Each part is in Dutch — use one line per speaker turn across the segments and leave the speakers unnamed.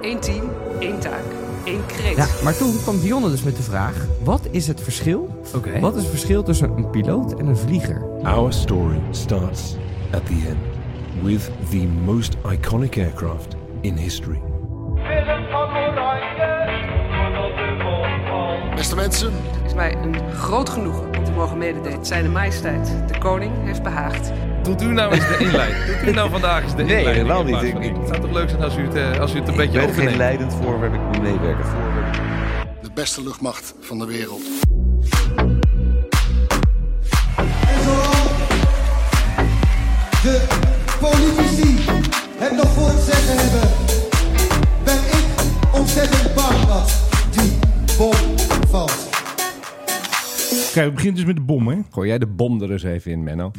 Eén team, één taak, één kreet.
Ja, maar toen kwam Dionne dus met de vraag: wat is het verschil?
Oké.
Wat is het verschil tussen een piloot en een vlieger?
Our story starts at the end with the most iconic aircraft in history.
Beste mensen,
Het is mij een groot genoegen om te mogen mededelen. Zijn majesteit, de koning, heeft behaagd.
Doet u nou eens de inleiding. Doet u nou vandaag eens de
Nee,
inleiding.
helemaal
in
niet.
plaats van
Ik-
die.
ik-
Het zou toch leuk zijn als u het, eh, als u het een beetje
ben geen
overneemt.
leidend voorwerp, ik moet meewerken voorwerp.
de beste luchtmacht van de wereld.
De politici het nog voor het zeggen hebben. Ben ik ontzettend bang dat die bom valt.
Kijk, het begint dus met de bom, hè?
Gooi jij de bom er eens even in, Menno.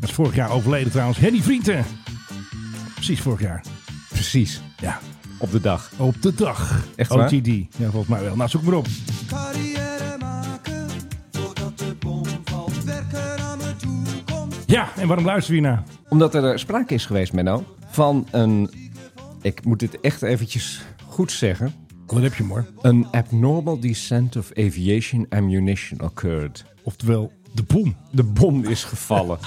Dat is vorig jaar overleden trouwens. Henny Vrienden. Precies vorig jaar.
Precies.
Ja,
Op de dag.
op de dag.
Echt waar?
OTD. Ja, volgens mij wel. Nou, zoek maar op.
Carrière maken voordat de bom valt. Werken aan mijn toekomst.
Ja, en waarom luisteren we hiernaar?
Omdat er eh, sprake is geweest, Menno, van een... Ik moet dit echt eventjes goed zeggen.
Wat heb je, hem, hoor?
An abnormal descent of aviation ammunition occurred.
Oftewel, de bom.
De bom is gevallen.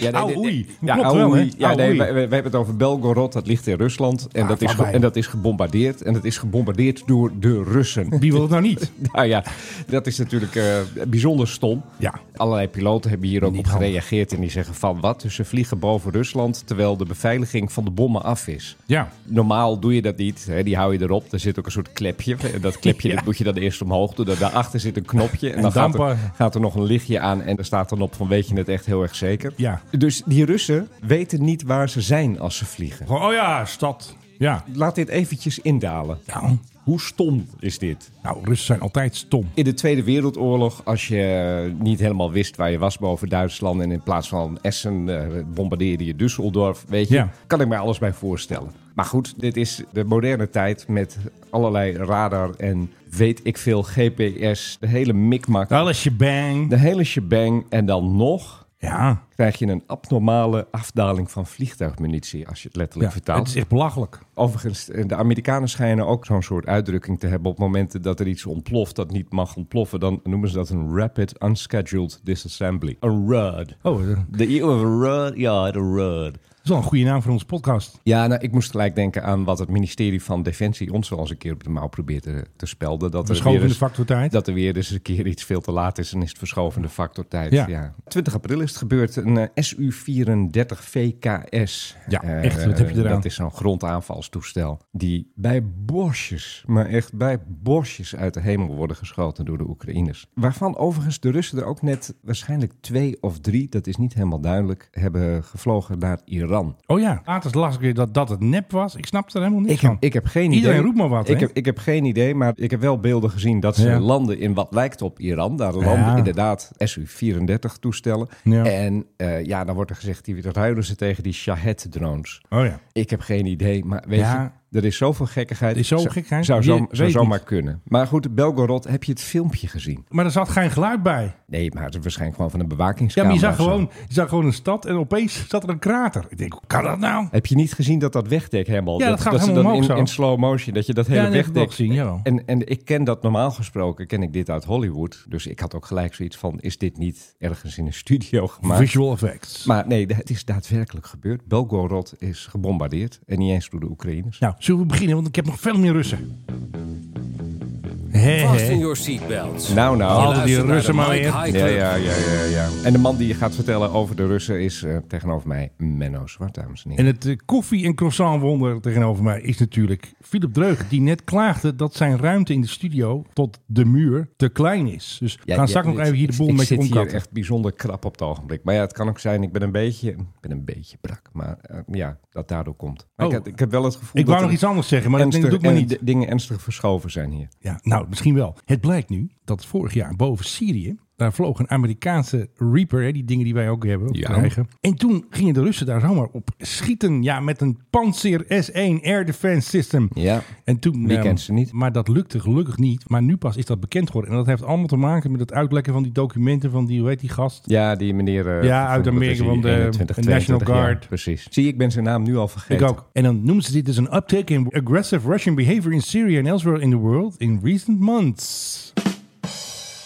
Ja,
Au, oei.
Ja,
Klopt
au,
wel, hè?
oei. Ja,
Au,
nee,
oei.
we, we- we hebben het over Belgorod, dat ligt in Rusland. En,
Ah,
dat, is ge-
vlakbij.
en dat is gebombardeerd. En dat is gebombardeerd door de Russen.
Wie wil het nou niet?
nou ja, dat is natuurlijk eh, bijzonder stom.
Ja.
Allerlei piloten hebben hier ook
Niet
op
handig.
gereageerd. En die zeggen van wat? Dus ze vliegen boven Rusland terwijl de beveiliging van de bommen af is.
Ja.
Normaal doe je dat niet. Hè? Die hou je erop. Er zit ook een soort klepje. En dat klepje dat moet je dan eerst omhoog doen. Dan Daarachter zit een knopje. En,
En
dan gaat
dampen.
er, gaat er nog een lichtje aan. En er staat dan op van weet je het echt heel erg zeker.
Ja.
Dus die Russen weten niet waar ze zijn als ze vliegen.
Gewoon, oh ja, stad. Ja.
Laat dit eventjes indalen.
Nou,
Hoe stom is dit?
nou, Russen zijn altijd stom.
In de Tweede Wereldoorlog, als je niet helemaal wist waar je was boven Duitsland... en in plaats van Essen eh, bombardeerde je Düsseldorf, weet je...
Ja.
kan ik mij alles bij voorstellen. Maar goed, dit is de moderne tijd met allerlei radar en weet ik veel, GPS... de hele mikmak,
Alles je bang.
de hele shebang en dan nog...
Ja.
Krijg je een abnormale afdaling van vliegtuigmunitie, als je het letterlijk
ja.
vertaalt.
Het is echt belachelijk.
Overigens, eh, de Amerikanen schijnen ook zo'n soort uitdrukking te hebben. Op momenten dat er iets ontploft dat niet mag ontploffen, dan noemen ze dat een rapid unscheduled disassembly. Een RUD.
Oh, eh, dat
De E eeuw van RUD, ja, de RUD.
is wel een goede naam voor onze podcast.
Ja, nou, ik moest gelijk denken aan wat het ministerie van Defensie ons wel eens een keer op de mouw probeert te, te spelden. Dat er, weer
Verschovende
eens,
factor tijd.
dat er weer eens een keer iets veel te laat is en is het verschovende factor tijd.
Ja.
20 april is het gebeurd, een eh, SU-34 VKS.
Ja,
Eh,
echt, wat heb je eraan?
Dat is zo'n grondaanvalstoestel die bij bosjes, maar echt bij bosjes uit de hemel worden geschoten door de Oekraïners. Waarvan overigens de Russen er ook net waarschijnlijk twee of drie, dat is niet helemaal duidelijk, hebben gevlogen naar Iran.
Oh ja, later las ik weer dat dat het nep was. Ik snap er helemaal niks
Ik
van.
heb, ik heb geen idee.
Iedereen roept maar wat,
Ik
hè?
heb, ik heb geen idee, maar ik heb wel beelden gezien dat ze
Ja.
landen in wat lijkt op Iran. Daar landen
Ja.
inderdaad SU-34 toestellen.
Ja.
En eh, ja, dan wordt er gezegd, die dat ruilen ze tegen die Shahed-drones.
Oh ja.
Ik heb geen idee, maar weet
Ja.
je, er is zoveel gekkigheid.
Er is zoveel
Zou-
gekkigheid.
Zou,
Je
zo, zou
weet
zomaar
niet.
kunnen. Maar goed, Belgorod, heb je het filmpje gezien?
Maar er zat geen geluid bij.
Nee, maar het is waarschijnlijk gewoon van een
Ja,
bewakingscamera.
maar je zag,
of zo.
gewoon, je zag gewoon een stad en opeens zat er een krater. Ik denk, hoe kan dat nou?
Heb je niet gezien dat dat wegdek helemaal...
Ja, dat gaat
dat ze
helemaal
dan in,
omhoog zo.
in slow motion, dat je dat hele
Ja, nee, dat heb ik wel
wegdek...
gezien, jawel.
en, en ik ken dat normaal gesproken, ken ik dit uit Hollywood. Dus ik had ook gelijk zoiets van, is dit niet ergens in een studio gemaakt?
Visual effects.
Maar nee, het is daadwerkelijk gebeurd. Belgorod is gebombardeerd. En niet eens door de Oekraïners.
Nou, zullen we beginnen? Want ik heb nog veel meer Russen. Hé, hé.
your seatbelts.
Nou, nou.
Altijd die Russen maar weer.
Ja, ja, ja, ja, ja. En de man die je gaat vertellen over de Russen is eh, tegenover mij Menno Zwart, dames en heren.
En het eh, koffie- en croissantwonder tegenover mij is natuurlijk Philip Dreug, die net klaagde dat zijn ruimte in de studio tot de muur te klein is. Dus we
Ja,
gaan
ja,
straks nog
dit-
even hier de boel
ik,
met je
Ik zit hier
omkatten.
echt bijzonder krap op het ogenblik. Maar ja, het kan ook zijn, ik ben een beetje, ik ben een beetje brak. Maar eh, ja, dat daardoor komt. Maar
Oh.
ik, had- ik heb wel het gevoel
Ik
dat
wou nog
er
iets anders zeggen, maar dat denk ik, doe
ernstig-
ik maar
en
niet.
d- dingen ernstig verschoven zijn hier.
Ja, nou, misschien wel. Het blijkt nu dat vorig jaar boven Syrië Daar vloog een Amerikaanse Reaper, hè, die dingen die wij ook hebben, ja. krijgen. En toen gingen de Russen daar zomaar op schieten. Ja, met een Panzer S1 Air Defense System.
Ja.
En toen,
Wie
ehm,
kent ze niet?
Maar dat lukte gelukkig niet. Maar nu pas is dat bekend geworden. En dat heeft allemaal te maken met het uitlekken van die documenten van die, hoe heet die gast?
Ja, die meneer... eh,
Ja,
van-
uit
wat
Amerika,
is hij,
van de
21,
National
22 jaar,
Guard.
precies. Zie, ik ben zijn naam nu al
Ik
vergeten.
ook. En dan noemen ze dit dus een uptick in aggressive Russian behavior in Syria and elsewhere in the world in recent months.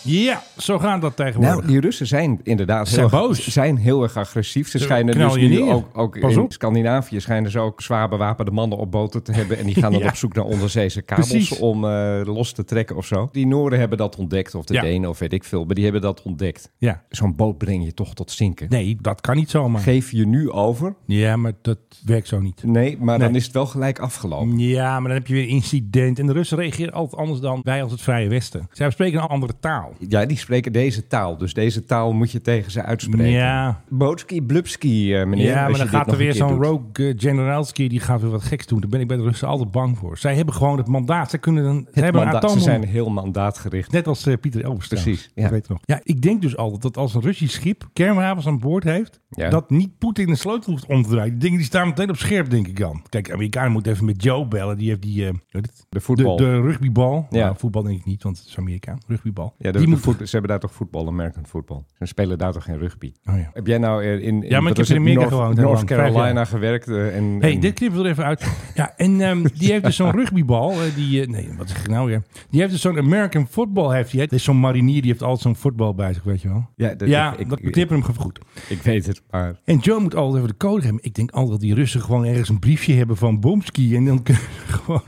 Ja, zo gaat dat tegenwoordig.
Nou, die Russen zijn inderdaad
Zijn
heel, erg-
boos.
zijn heel erg agressief. Ze
Ze
schijnen dus
knallen je
nu
neer.
ook, ook
Pas
in
op.
Scandinavië schijnen ze ook zwaar bewapende mannen op boten te hebben. En die gaan dan
Ja.
op zoek naar onderzeese kabels
Precies.
om eh, los te trekken of zo. Die Noorden hebben dat ontdekt, of de
Ja.
Denen of weet ik veel, maar die hebben dat ontdekt.
Ja.
Zo'n boot breng je toch tot zinken.
Nee, dat kan niet zomaar.
Geef je nu over?
ja, maar dat werkt zo niet.
Nee, maar dan
Nee.
is het wel gelijk afgelopen.
Ja, maar dan heb je weer incident. En de Russen reageren altijd anders dan wij als het Vrije Westen. Zij spreken een andere taal.
Ja, die spreken deze taal. Dus deze taal moet je tegen ze uitspreken.
Ja,
Bootski, blubski, eh, meneer.
ja
als
maar
je
dan
dit
gaat
nog
er
een
weer
keer
zo'n
doet.
rogue eh, generalski die gaat weer wat geks doen. Daar ben ik bij de Russen altijd bang voor. Zij hebben gewoon het mandaat. Zij kunnen dan, zij
Het
hebben
mandaat-
een
Ze
atoom.
zijn heel mandaatgericht.
Net als eh, Pieter Elbers
Precies,
Ja.
ja.
Ik weet het nog. Ja, ik denk dus altijd dat als een Russisch schip kernwapens aan boord heeft,
Ja.
dat niet Poetin de sleutel hoeft om te draaien. Die dingen die staan meteen op scherp, denk ik dan. Kijk, de Amerikanen moeten even met Joe bellen. Die heeft die, eh, hoe heet het?
De voetbal.
De, de rugbybal. Ja.
Ja.
voetbal denk ik niet, want het is Amerikaan. Rugbybal.
Ja, de-
die
de
moet...
voet- ze hebben daar toch voetbal, American voetbal. Ze spelen daar toch geen rugby.
Oh, ja.
Heb jij nou eh, in,
Ja,
in
maar ik
wat was
heb in
het,
Amerika
North,
gewoond, hè,
North
lang, vijf
Carolina
jaar.
gewerkt? eh, en,
Hey,
en-
dit knippen we er even uit. Ja, en ehm, die heeft dus zo'n rugbybal. eh, die, eh, nee, wat zeg ik nou weer? Die heeft dus zo'n American football. Heeft die, hè? Dat is zo'n marinier, die heeft altijd zo'n voetbal bij zich, weet je wel.
Ja, dat-
ja,
ik- ik-
dat
ik-
knippen hem even goed.
Ik weet het, maar...
En Joe moet altijd even de code hebben. Ik denk altijd dat die Russen gewoon ergens een briefje hebben van Bomski. En dan kunnen ze gewoon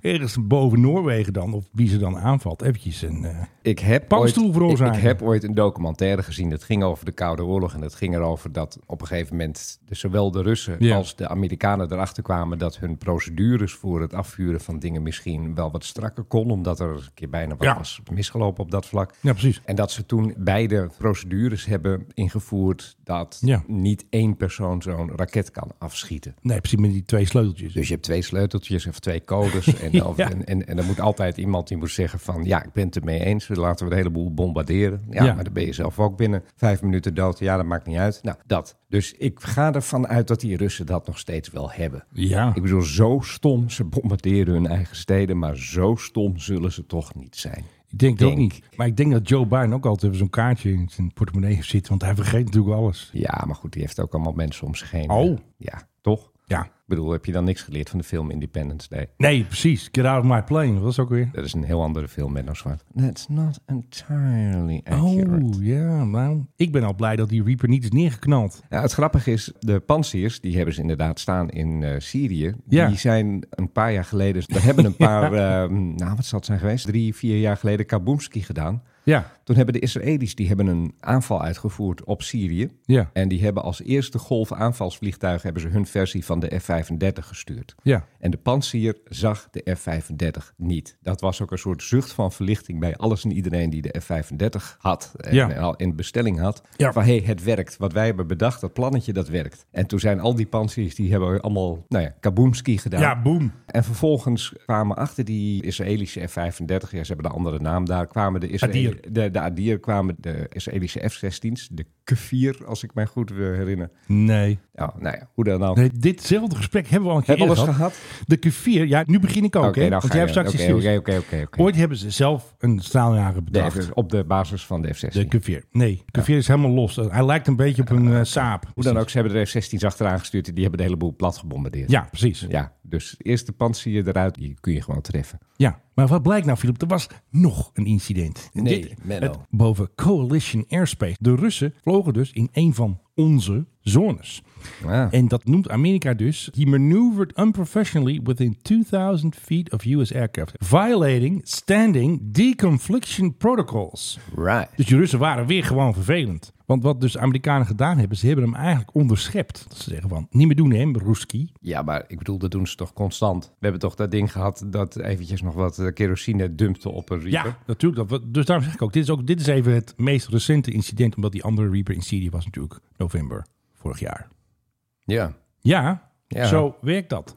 ergens boven Noorwegen dan, of wie ze dan aanvalt, eventjes een... eh,
Ik heb, ooit,
Paddenstoel
ik,
veroorzaken.
ik heb ooit een documentaire gezien. Dat ging over de Koude Oorlog. En dat ging erover dat op een gegeven moment dus zowel de Russen
Ja.
als de Amerikanen erachter kwamen dat hun procedures voor het afvuren van dingen misschien wel wat strakker kon. Omdat er een keer bijna wat
Ja.
was misgelopen op dat vlak.
Ja, precies.
En dat ze toen beide procedures hebben ingevoerd dat
Ja.
niet één persoon zo'n raket kan afschieten.
Nee, precies met die twee sleuteltjes.
Dus je hebt twee sleuteltjes of twee codes. En, of-
Ja.
en, en, en er moet altijd iemand die moet zeggen van... ja, ik ben het ermee eens, laten we de hele boel bombarderen. Ja,
Ja.
maar dan ben je zelf ook binnen vijf minuten dood. Ja, dat maakt niet uit. Nou, dat. Dus ik ga ervan uit dat die Russen dat nog steeds wel hebben.
ja.
Ik bedoel, zo stom, ze bombarderen hun eigen steden... maar zo stom zullen ze toch niet zijn.
Ik denk dat
Denk.
niet. Maar ik denk dat Joe Biden ook altijd even zo'n kaartje in zijn portemonnee heeft zitten. Want hij vergeet natuurlijk alles.
Ja, maar goed, die heeft ook allemaal mensen om zich heen.
Oh.
Ja, toch?
Ja.
Ik bedoel, heb je dan niks geleerd van de film Independence Day?
Nee, precies. Get out of my plane. Dat was ook weer.
Dat is een heel andere film met nou zwart. That's not entirely accurate.
Oh, ja. Nou, ik ben al blij dat die Reaper niet is neergeknald.
Nou, het grappige is, de pansiers, die hebben ze inderdaad staan in eh, Syrië.
Ja.
Die zijn een paar jaar geleden, daar hebben een paar, eh, nou wat zal het zijn geweest, drie, vier jaar geleden Kaboomski gedaan.
Ja,
Toen hebben de Israëli's, die hebben een aanval uitgevoerd op Syrië.
ja,
En die hebben als eerste golf aanvalsvliegtuigen hebben ze hun versie van de F-35 gestuurd.
ja.
En de pansier zag de F-35 niet. Dat was ook een soort zucht van verlichting bij alles en iedereen die de F-35 had en,
Ja.
en al in bestelling had.
Ja.
Van hé, hey, het werkt. Wat wij hebben bedacht, dat plannetje, dat werkt. En toen zijn al die pansiers, die hebben allemaal, nou ja, kaboomski gedaan.
Ja, boom.
En vervolgens kwamen achter die Israëlische F-35, ja, ze hebben de andere naam daar, kwamen de Israëlische...
Adir.
De, de Adir kwamen de Israëlische F-16's, de K-4, als ik mij goed eh, herinner.
Nee.
Ja, nou ja, hoe dan ook.
nee. Ditzelfde gesprek hebben we al een keer
Hebben we al
eerder gehad.
eens gehad?
De Q4, ja, nu begin ik ook,
Oké,
hè?
nou
want
ga
jij hebt
je.
straks
Oké,
iets nieuws.
oké, oké, oké, oké.
Ooit hebben ze zelf een straaljager bedacht.
Nee, op de basis van de F-16.
de Q4. Nee, de Q4 is helemaal los. Hij lijkt een beetje op een eh, saap.
Hoe dan ook, ze hebben de F-16's achteraan gestuurd en die hebben de hele boel plat gebombardeerd.
Ja, precies.
Ja, dus eerst de pantsier eruit, die kun je gewoon treffen.
Ja, maar wat blijkt nou, Filip? Er was nog een incident.
Nee, Menno.
het, boven Coalition Airspace. De Russen vlogen dus in een van onze zones.
Ah.
En dat noemt Amerika dus. He maneuvered unprofessionally within 2000 feet of US aircraft. Violating standing deconfliction protocols.
Right.
Dus de Russen waren weer gewoon vervelend. Want wat dus de Amerikanen gedaan hebben, ze hebben hem eigenlijk onderschept. Dat ze zeggen van, niet meer doen hè, Ruski.
Ja, maar ik bedoel, dat doen ze toch constant. We hebben toch dat ding gehad dat eventjes nog wat eh, kerosine dumpte op een Reaper.
Ja, natuurlijk. Dat, we- dus daarom zeg ik ook dit, is ook, dit is even het meest recente incident, omdat die andere Reaper in Syrië was natuurlijk november vorig jaar.
Ja.
Ja,
Ja.
zo werkt dat.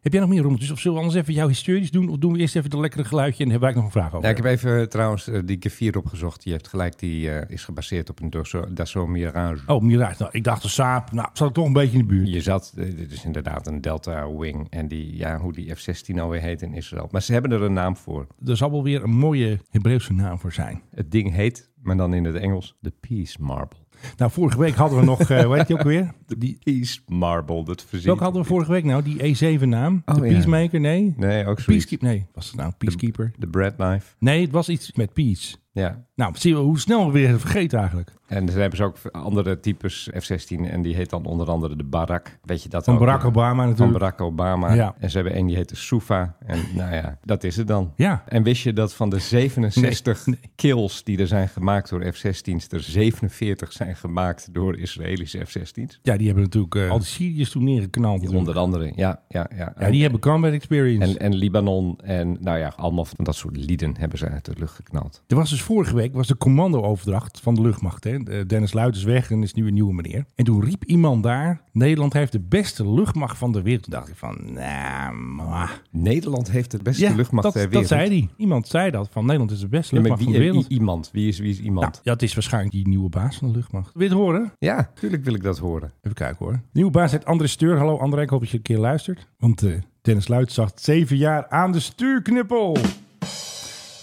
Heb jij nog meer rommeltjes? Of zullen we anders even jouw historisch doen? Of doen we eerst even dat lekkere geluidje en dan heb ik nog een vraag over?
Ja, ik heb even eh, trouwens eh, die Gevier opgezocht. Die heeft gelijk, die eh, is gebaseerd op een Dassault- Dassault Mirage.
Oh, Mirage. Nou, ik dacht de saap. Nou, zat ik toch een beetje in de buurt.
Je zat, eh, dit is inderdaad een Delta Wing. En die, ja, hoe die F-16 alweer heet in Israël. Maar ze hebben er een naam voor.
Er zal wel weer een mooie Hebreeuwse naam voor zijn.
Het ding heet, maar dan in het Engels, de Peace Marble.
Nou, vorige week hadden we nog, eh hoe heet die ook weer? Die,
Peace Marble, dat verzint.
welke hadden we vorige week nou? Die E7 naam?
Oh,
de
ja.
Peacemaker? Nee.
Nee, ook zoiets.
Peacekeeper? Nee. Was het nou Peacekeeper?
De Bread Knife,
Nee, het was iets met peace.
ja.
Nou, zie je wel hoe snel we weer vergeten eigenlijk.
En dan hebben ze ook andere types F-16 en die heet dan onder andere de Barak. Weet je dat
Van
ook?
Barack Obama
Van
natuurlijk.
Barack Obama.
Ja.
En ze hebben één die heet de Sufa. En nou ja, dat is het dan.
Ja.
En wist je dat van de 67 kills die er zijn gemaakt door F-16's, er 47 zijn gemaakt door Israëlische F-16's?
Ja, die hebben natuurlijk eh, al die Syriërs toen neergeknald.
Die
natuurlijk.
Onder andere, ja. ja, ja.
Ja, die hebben combat experience.
en, en Libanon en nou ja, allemaal van dat soort lieden hebben ze uit de lucht geknald.
Er was dus vorige week was de commando-overdracht van de luchtmacht. Hè? Eh, Dennis Luit is weg en is nu een nieuwe meneer. En toen riep iemand daar: Nederland heeft de beste luchtmacht van de wereld. Toen dacht ik van, nou, mwah.
Nederland heeft het beste
Ja,
luchtmacht
dat,
ter
dat
wereld.
zei hij. Iemand zei dat van Nederland is de beste
Ja, maar
luchtmacht
wie,
van de wereld.
wie- iemand? Wie is, wie is
nou,
iemand?
dat is waarschijnlijk die nieuwe baas van de luchtmacht. Wil je het horen?
Ja, tuurlijk wil ik dat horen.
Even kijken hoor. Nieuwe baas heet André Steur. Hallo André, ik hoop dat je een keer luistert. Want eh, Dennis Luit zat zeven jaar aan de stuurknuppel.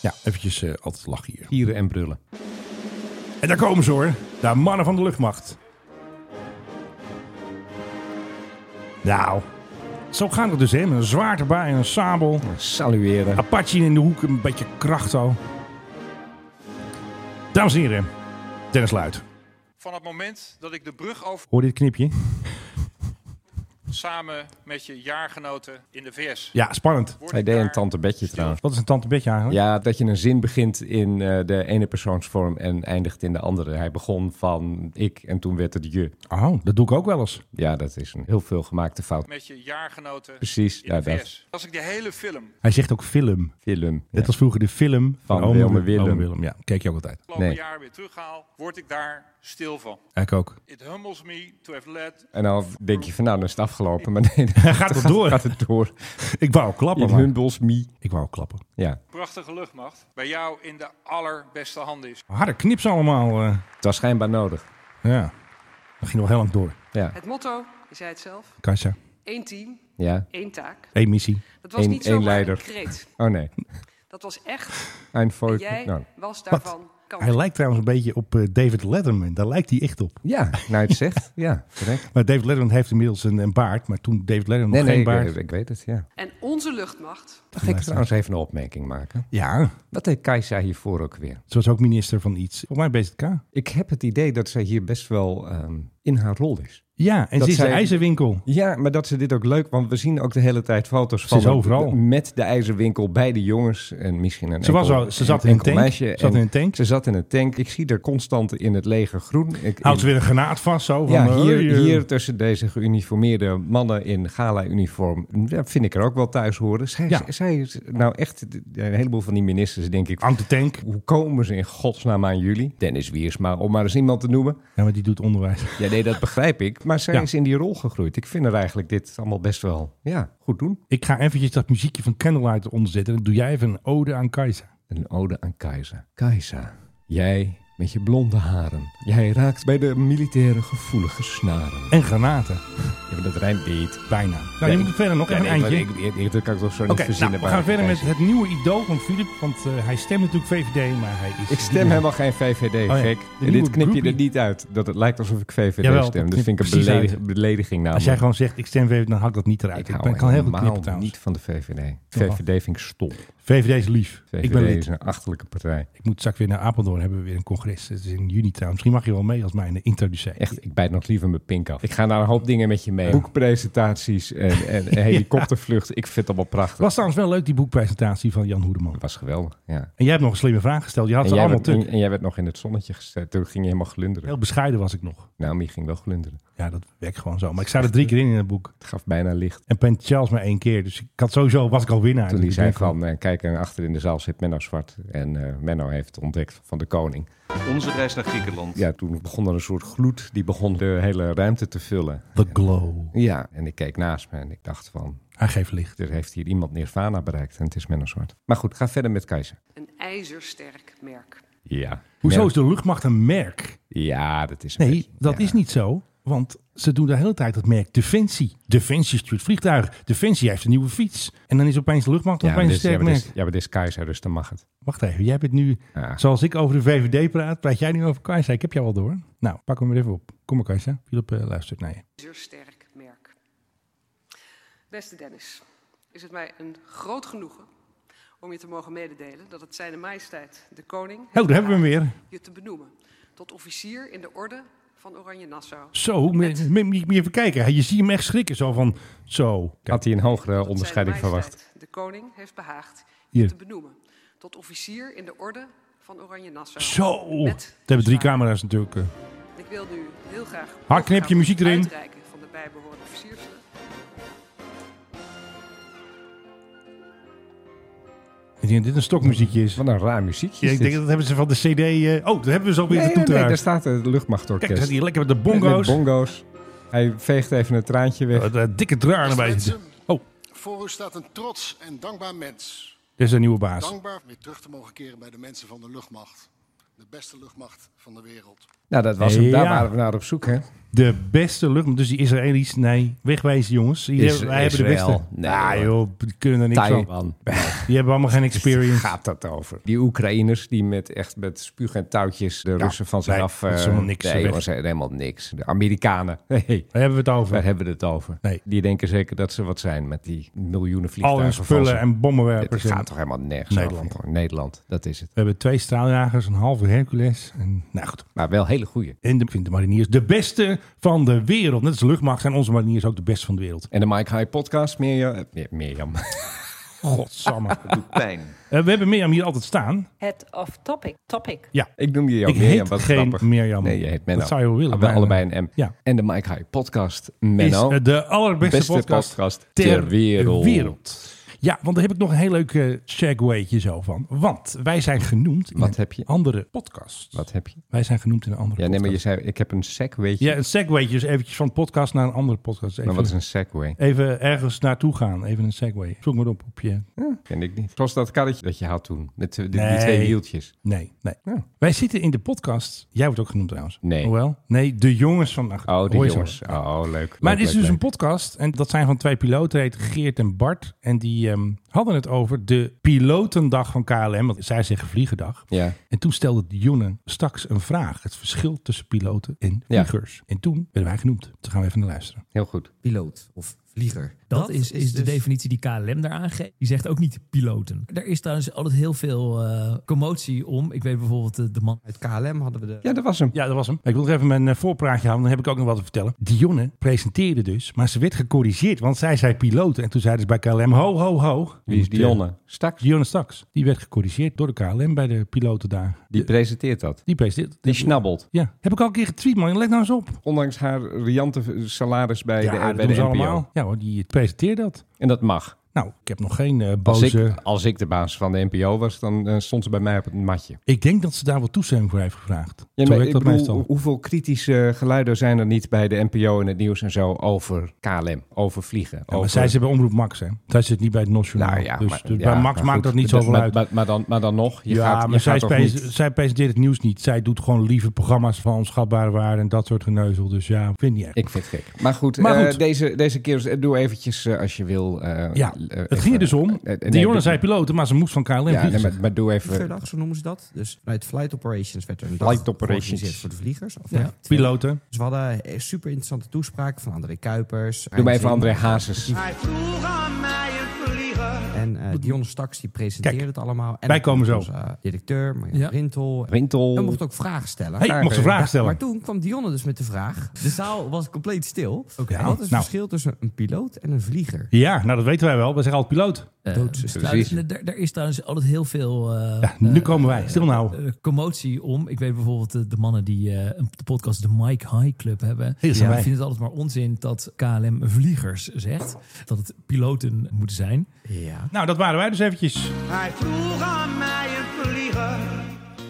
Ja, eventjes eh, altijd lachen hier.
Gieren en brullen.
En daar komen ze hoor. Daar mannen van de luchtmacht. Nou, zo gaan we dus hè. Met een zwaard erbij en een sabel.
Salueren.
Apache in de hoek, een beetje kracht al. Dames en heren, Dennis Luit.
Van het moment dat ik de brug over
Hoor je dit knipje?
samen met je jaargenoten in de VS.
Ja, spannend.
Word
Hij
ik
deed een
daar-
tante bedje trouwens.
Wat is een tante Betje eigenlijk?
Ja, dat je een zin begint in eh, de ene persoonsvorm en eindigt in de andere. Hij begon van ik en toen werd het je.
Oh, dat doe ik ook wel eens.
Ja, dat is een heel veel gemaakte fout.
Met je jaargenoten
Precies,
in de
ja, dat
VS. Als ik de hele film
Hij zegt ook film.
film.
Net
Ja.
als vroeger de film
Van
Ome
Wilma
Wil-
Willem.
Ome Ja, keek je ook altijd.
afgelopen
Nee.
jaar weer terughaal, word ik daar stil van.
Ik ook.
It humbles me to have led.
En dan denk je van nou, dan is het afgelopen. Maar nee, dan
Hij gaat toch door? Oh
gaat het door.
Ik wou klappen,
It
man.
humbles me.
Ik wou klappen.
Ja,
Prachtige luchtmacht. Bij jou in de allerbeste handen is.
Harde knips allemaal. eh.
het was schijnbaar nodig.
ja. Dat ging nog heel lang door.
Ja,
Het motto, je zei het zelf,
Katja,
één team,
ja.
één taak.
één missie.
Dat was
Eén-
niet
één
zomaar
leider.
een kreet.
Oh nee,
Dat was echt,
een
en
voice. nou.
jij was daarvan
Hij
kant.
lijkt trouwens een beetje op eh, David Letterman. Daar lijkt hij echt op.
Ja, nou je het zegt. ja, correct.
Maar David Letterman heeft inmiddels een, een baard. Maar toen David Letterman
Nee,
nog
nee,
geen
ik, eh,
baard.
weet- ik weet het, ja.
En onze luchtmacht,
Mag ik trouwens even een opmerking maken?
Ja,
Wat deed Kajsa hiervoor ook weer?
ze was ook minister van iets. Volgens mij BZK.
Ik heb het idee dat zij hier best wel ehm, in haar rol is.
Ja, en
Dat
ze is de
zij-
ijzerwinkel.
Ja, maar dat ze dit ook leuk, want we zien ook de hele tijd foto's van
is
hem
overal.
met de ijzerwinkel bij de jongens en misschien een
Ze, was
enkel-
al, ze zat in
een
een
enkel
tank.
meisje
Ze zat
en
in een tank.
Ze zat in een tank. Ik zie er constant in het leger groen. Ik,
Houdt ze
in-
weer een granaat vast zo. Van,
ja,
eh,
hier,
hier.
hier tussen deze geuniformeerde mannen in gala-uniform ja, vind ik er ook wel thuis horen. Zij,
Ja.
zij is nou echt, een heleboel van die ministers denk ik,
Hangt de tank.
hoe komen ze in godsnaam aan jullie? Dennis Wiersma, om maar eens iemand te noemen.
Ja, maar die doet onderwijs.
Ja, nee, dat begrijp ik. Maar zij
Ja.
is in die rol gegroeid. Ik vind er eigenlijk dit allemaal best wel ja, goed doen.
Ik ga eventjes dat muziekje van Candlelight eronder zetten. En dan doe jij even een ode aan Kajsa.
Een ode aan Keizer. Keizer, jij met je blonde haren. Jij raakt bij de militaire gevoelige snaren.
En granaten.
Ja, maar dat rijmt niet.
Bijna. Nou,
Ja,
je
ik-
moet verder nog
Ja,
even
nee,
een
maar
eindje.
ik, ik- ik- dat kan ik toch zo
Oké,
niet verzinnen.
nou, we
bij
gaan verder met
Keizer.
het nieuwe idool van Philip. Want eh, hij stemt natuurlijk VVD, maar hij is...
Ik stem helemaal geen VVD,
Oh ja,
gek.
de
En
nieuwe
dit knip je
groepie.
er niet uit. Dat het lijkt alsof ik VVD
Jawel, dat
stem. Dat
knip
vind ik een
precies
beledig-
uit.
belediging namelijk.
Als jij gewoon zegt, ik stem VVD, dan haal ik dat niet eruit.
ik
Ik,
hou
ben, kan heel goed
helemaal
knippen trouwens.
niet van de VVD.
Jawel.
VVD vind ik stom.
VVD is lief.
VVD
ik ben
is
lid.
een achterlijke partij.
Ik moet straks weer naar Apeldoorn. Hebben we weer een congres. Het is in juni trouwens. Misschien mag je wel mee als mijn introducer.
Echt, ik bijt nog liever mijn pink af. Ik ga naar een hoop dingen met je mee. Boekpresentaties en, en helikoptervluchten. Ik vind het allemaal prachtig.
was trouwens wel leuk, die boekpresentatie van Jan Hoedeman.
Het was geweldig, ja.
En jij hebt nog een slimme vraag gesteld. Je had
En
ze
jij,
allemaal
werd,
terug.
en, en jij werd nog in het zonnetje gezet. Toen ging je helemaal glunderen.
Heel bescheiden was ik nog.
Naomi ging wel glunderen.
Ja, dat werkt gewoon zo. Maar ik sta er drie keer in in het boek.
Het gaf bijna licht.
En Penn Charles maar één keer. Dus ik had sowieso, was ik al winnaar.
Toen
Dus
hij
ik
zei
denk
van, eh kijken. En achter in de zaal zit Menno Zwart. En eh, Menno heeft ontdekt van de koning.
Onze reis naar Griekenland.
Ja, toen begon er een soort gloed. Die begon de hele ruimte te vullen.
The glow.
Ja, en ik keek naast me en ik dacht van...
Hij geeft licht.
Er heeft hier iemand Nirvana bereikt en het is Menno Zwart. Maar goed, ga verder met Keizer.
Een ijzersterk merk.
Ja.
Hoezo
Merk-
is de luchtmacht een merk?
Ja, dat is een
Nee,
beetje-
dat
ja.
is niet zo. Want ze doen de hele tijd het merk Defensie. Defensie stuurt vliegtuigen. Defensie heeft een nieuwe fiets. En dan is opeens de luchtmacht
Ja, maar
opeens
dit
een
is, ja,
sterk
maar dit
merk.
is, ja, maar dit is Keizer, dus dan mag het.
Wacht even, jij bent nu...
Ja.
Zoals ik over de VVD praat, praat jij nu over Kajsa. Ik heb jou al door. Nou, pak hem er even op. Kom maar Kajsa. Philip eh, luistert naar je.
ijzersterk merk. Beste Dennis, is het mij een groot genoegen om je te mogen mededelen dat het zijne majesteit, de koning, heeft
Oh, daar hebben we hem weer.
je te benoemen tot officier in de orde van Oranje Nassau.
Zo, moet je- moet je even kijken. Je ziet hem echt schrikken. Zo van, zo.
Had hij een hogere
Dat
onderscheiding
Zijne
verwacht?
Majesteit, De koning heeft behaagd je
Hier.
te benoemen tot officier in de orde van Oranje Nassau.
Zo.
Met
Dat hebben drie
zwaard.
camera's natuurlijk. eh.
Ik wil nu heel graag.
Hard knipje, muziek erin.
Uitreiken van de bijbehorende officiersorden.
Ik denk dat dit een stokmuziekje is.
Wat een raar muziekje
Ja,
is
ik
dit.
denk dat hebben ze van de CD... eh, oh, dat hebben we zo weer
Nee,
de
nee,
toeter
nee, daar
uit.
staat het
Kijk, daar
luchtmachtorkest.
zit hij lekker met de
Met
bongo's.
bongo's. Hij veegt even een traantje weg.
Eh, de dikke draar
Beste
erbij.
mensen,
Oh,
Voor u staat een trots en dankbaar mens.
dit is een nieuwe baas.
Dankbaar weer terug te mogen keren bij de mensen van de luchtmacht. De beste luchtmacht van de wereld.
Nou, dat was hem. Daar
Ja.
waren we naar op zoek, hè?
De beste lucht. Dus die Israëli's, nee, wegwijzen jongens. Die
Is-
hebben- wij hebben de
Israël,
beste.
nee,
ah,
hoor.
joh, die kunnen er niks van.
Taiwan.
Die hebben allemaal geen experience.
Gaat dat over? Die Oekraïners die met echt met spuug en touwtjes de Russen van zich
nee,
af.
dat is
eh,
helemaal niks
Nee,
weg.
jongens, helemaal niks. De Amerikanen. Hey,
Daar hebben we het
waar
over.
hebben we het over?
Nee.
Die denken zeker dat ze wat zijn met die miljoenen
Al
vliegtuigen.
hun
van
spullen
ze.
en
Het
bommenwerpers. en-
gaat toch helemaal nergens
Nederland.
over, jongen. Nederland, dat is het.
We hebben twee straaljagers, een halve Hercules. En, nou goed.
Maar wel hele goeie.
En de, vindt de mariniers de beste van de wereld. Net als de luchtmacht zijn onze mariniers ook de beste van de wereld.
En de Mike High podcast, Mirjam. eh, Mir- Mirjam.
Godsamme.
Het doet pijn.
Eh, we hebben Mirjam hier altijd staan.
Het of topic. Topic.
Ja.
Ik noem je jou
Ik
Mirjam,
heet
wat
geen
grappig.
Mirjam.
Nee, je heet Menno.
Dat
Ah,
zou je wel willen,
Maar
bijna.
allebei een M.
Ja.
En de Mike High podcast, Menno.
Is eh, de allerbeste
beste podcast, ter, wereld.
Ja, want daar heb ik nog een heel leuk eh, segwaytje zo van. Want wij zijn genoemd in
Wat
een
heb je?
andere podcast.
Wat heb je?
Wij zijn genoemd in een andere
Ja, nee, maar je
podcast.
zei, ik heb een sec, weet je.
Ja, een segwaytje dus eventjes van podcast naar een andere podcast. Even,
Maar wat is een segway?
even ergens naartoe gaan. Even een segway. Zoek maar op op je...
Ken ik niet. Zoals dat karretje dat je had toen. Met de- die,
Nee.
die twee wieltjes.
Nee, nee.
Ja.
Wij zitten in de podcast... Jij wordt ook genoemd trouwens.
Nee.
Hoewel? Nee, de jongens van... nou,
Oh, die
hoor je zo
jongens.
wel.
Oh, leuk.
Maar
leuk,
het is
leuk,
dus een
leuk.
podcast en dat zijn van twee piloten, heet Geert en Bart. En die ehm, hadden het over de pilotendag van KLM, want zij zeggen vliegendag.
Ja.
En toen stelde de jongen straks een vraag, het verschil tussen piloten en
Ja.
vliegers. En toen werden wij genoemd. Toen gaan we even naar luisteren.
Heel goed.
piloot of vlieger. Dat, is, is de definitie die KLM daar aangeeft. Die zegt ook niet piloten. Er is trouwens altijd heel veel eh, commotie om. Ik weet bijvoorbeeld eh, de, de man uit KLM hadden we de...
Ja, dat was hem.
Ja, dat was hem. Ik wil nog even mijn eh, voorpraatje houden, dan heb ik ook nog wat te vertellen. Dionne presenteerde dus, maar ze werd gecorrigeerd, want zij zei piloten. En toen zeiden ze bij KLM, ho, ho, ho. eh,
Wie is Dionne? Staks.
Dionne straks. Die werd gecorrigeerd door de KLM bij de pilotendagen.
Die presenteert dat.
Die presenteerde.
Die snabbelt.
Ja, heb ik al een keer getweet, man. Let nou eens op.
Ondanks haar riante salaris bij
ja,
de,
dat
bij
doen
de
ze
NPO.
allemaal. Ja hoor, die presenteert dat.
En dat mag.
Nou, ik heb nog geen eh,
Als
boze...
ik,
Ik...
als ik de baas van de NPO was, dan eh, stond ze bij mij op het matje.
denk dat ze daar wel toestemming voor heeft gevraagd. Zo
Ja, maar
werkt
ik
dat
bedoel,
meestal.
hoeveel kritische geluiden zijn er niet bij de NPO en het nieuws en zo over KLM, over vliegen?
Ja, maar
over...
zij zit bij Omroep Max, hè. Zij zit niet bij het Nationaal.
Oh, Nou ja,
dus
maar-
dus
ja,
bij Max
maar
maakt
goed.
dat niet
Maar-
zoveel
maar,
uit.
Maar, maar dan, maar dan nog, je
ja,
gaat, je
maar zij,
gaat toch
spes-
niet...
zij presenteert het nieuws niet. Zij doet gewoon lieve programma's van onschatbare waarde en dat soort geneuzel. Dus ja, vind niet erg.
Ik vind het gek. Maar goed,
Maar
eh,
goed.
deze, deze keer eh, doe eventjes eh, als je wil. eh,
ja,
eh,
het
even-
ging er dus om.
eh, eh, nee,
Dionne
doe-
zei piloten, maar ze moest van KLM
Ja,
vliegen.
nee, maar, maar doe even.
Vliegerdag, zo noemen ze dat. Dus vanuit Flight Operations werd er een dag
Flight Operations.
georganiseerd voor de vliegers. Of
Ja,
ja, twee.
piloten.
Dus we hadden eh, super interessante toespraak van André Kuipers.
Doe maar even
Arendt
André
Zin.
Hazes.
En eh Dion Staks die presenteerde
Kijk,
het allemaal. En
wij
ook
komen zo.
onze, eh, directeur, Marjan
Ja.
Rintel. En
Wintel.
mocht ook vragen stellen.
hey, ik mocht ze een vraag
Ja,
stellen.
maar toen kwam Dionne dus met de vraag. De zaal was compleet stil.
Oké,
Wat is het
nou.
verschil tussen een piloot en een vlieger? Eh, dus
Ja, nou dat weten wij wel. We zeggen altijd piloot.
Doodse
precies.
struis.
Er, Nou, er- er is trouwens altijd heel veel eh,
Ja, nu komen wij. Stil nou.
eh, commotie om. Ik weet bijvoorbeeld eh, de mannen die eh, een- de podcast de Mike High Club hebben.
dat zijn wij.
Ik vind het altijd maar onzin dat KLM vliegers zegt. Dat het piloten moeten zijn.
Ja.
Nou, dat waren wij dus eventjes.
Hij vroeg aan mij een vlieger.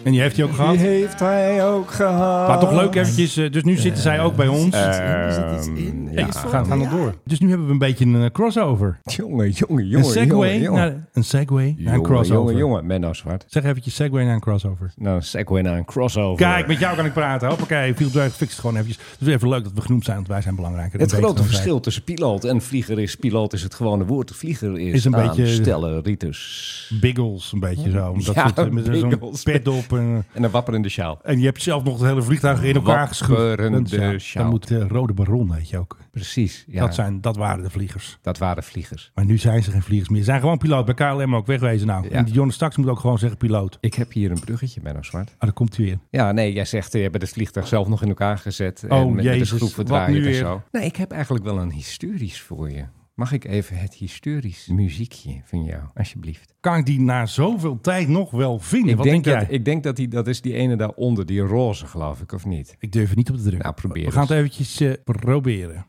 En die heeft hij ook gehad.
Die heeft hij ook gehad.
Maar toch leuk ehm, eventjes, eh, dus nu zitten zij ook bij ons.
Er zit iets in.
Ja, we gaan gaan door. Dus nu hebben we een beetje een eh, crossover.
Jongen, jongen, jongen.
Een segue
jongen, jongen.
naar- een segue naar een
Jongen,
crossover.
Jongen, jongen, Menno Zwart.
Zeg eventjes segue naar een crossover.
Nou, een segue naar een crossover.
Kijk, met jou kan ik praten. Hoppakee, Field Drive fixt het gewoon eventjes. Het is even leuk dat we genoemd zijn, want wij zijn belangrijker.
Het
En beter
grote
dan zij.
verschil tussen piloot en vlieger is... piloot is het gewone woord, vlieger is,
Is een beetje-
stellen, ritus.
Biggles, een beetje zo. Dat
Ja,
soort, met zo'n
biggles.
pet op. En,
En een wapperende sjaal.
en je hebt zelf nog het hele vliegtuig in elkaar geschud.
Wapperende
Dat is, ja,
sjaal.
Dan moet de Rode Baron, weet je ook.
Precies, ja.
Dat, zijn, dat waren de vliegers.
Dat waren vliegers.
Maar nu zijn ze geen vliegers meer. Ze zijn gewoon piloot. Bij KLM ook wegwezen nou.
Ja.
En die John straks moet ook gewoon zeggen piloot.
Ik heb hier een bruggetje, Menno Zwart.
Ah, daar komt hij weer.
Ja, nee, jij zegt, eh, je hebt het vliegtuig zelf nog in elkaar gezet.
Oh,
en met,
Jezus,
met de schroef
wat
verdraaid
nu
en
weer?
zo. Nou, ik heb eigenlijk wel een historisch voor je. Mag ik even het historisch muziekje van jou, alsjeblieft?
Kan ik die na zoveel tijd nog wel vinden?
Ik
Wat
denk,
denk, jij?
dat, ik denk dat die, dat is die ene daaronder, die roze geloof ik, of niet?
Ik durf het niet op te drukken.
Nou, probeer
We gaan het
eens.
eventjes eh, proberen.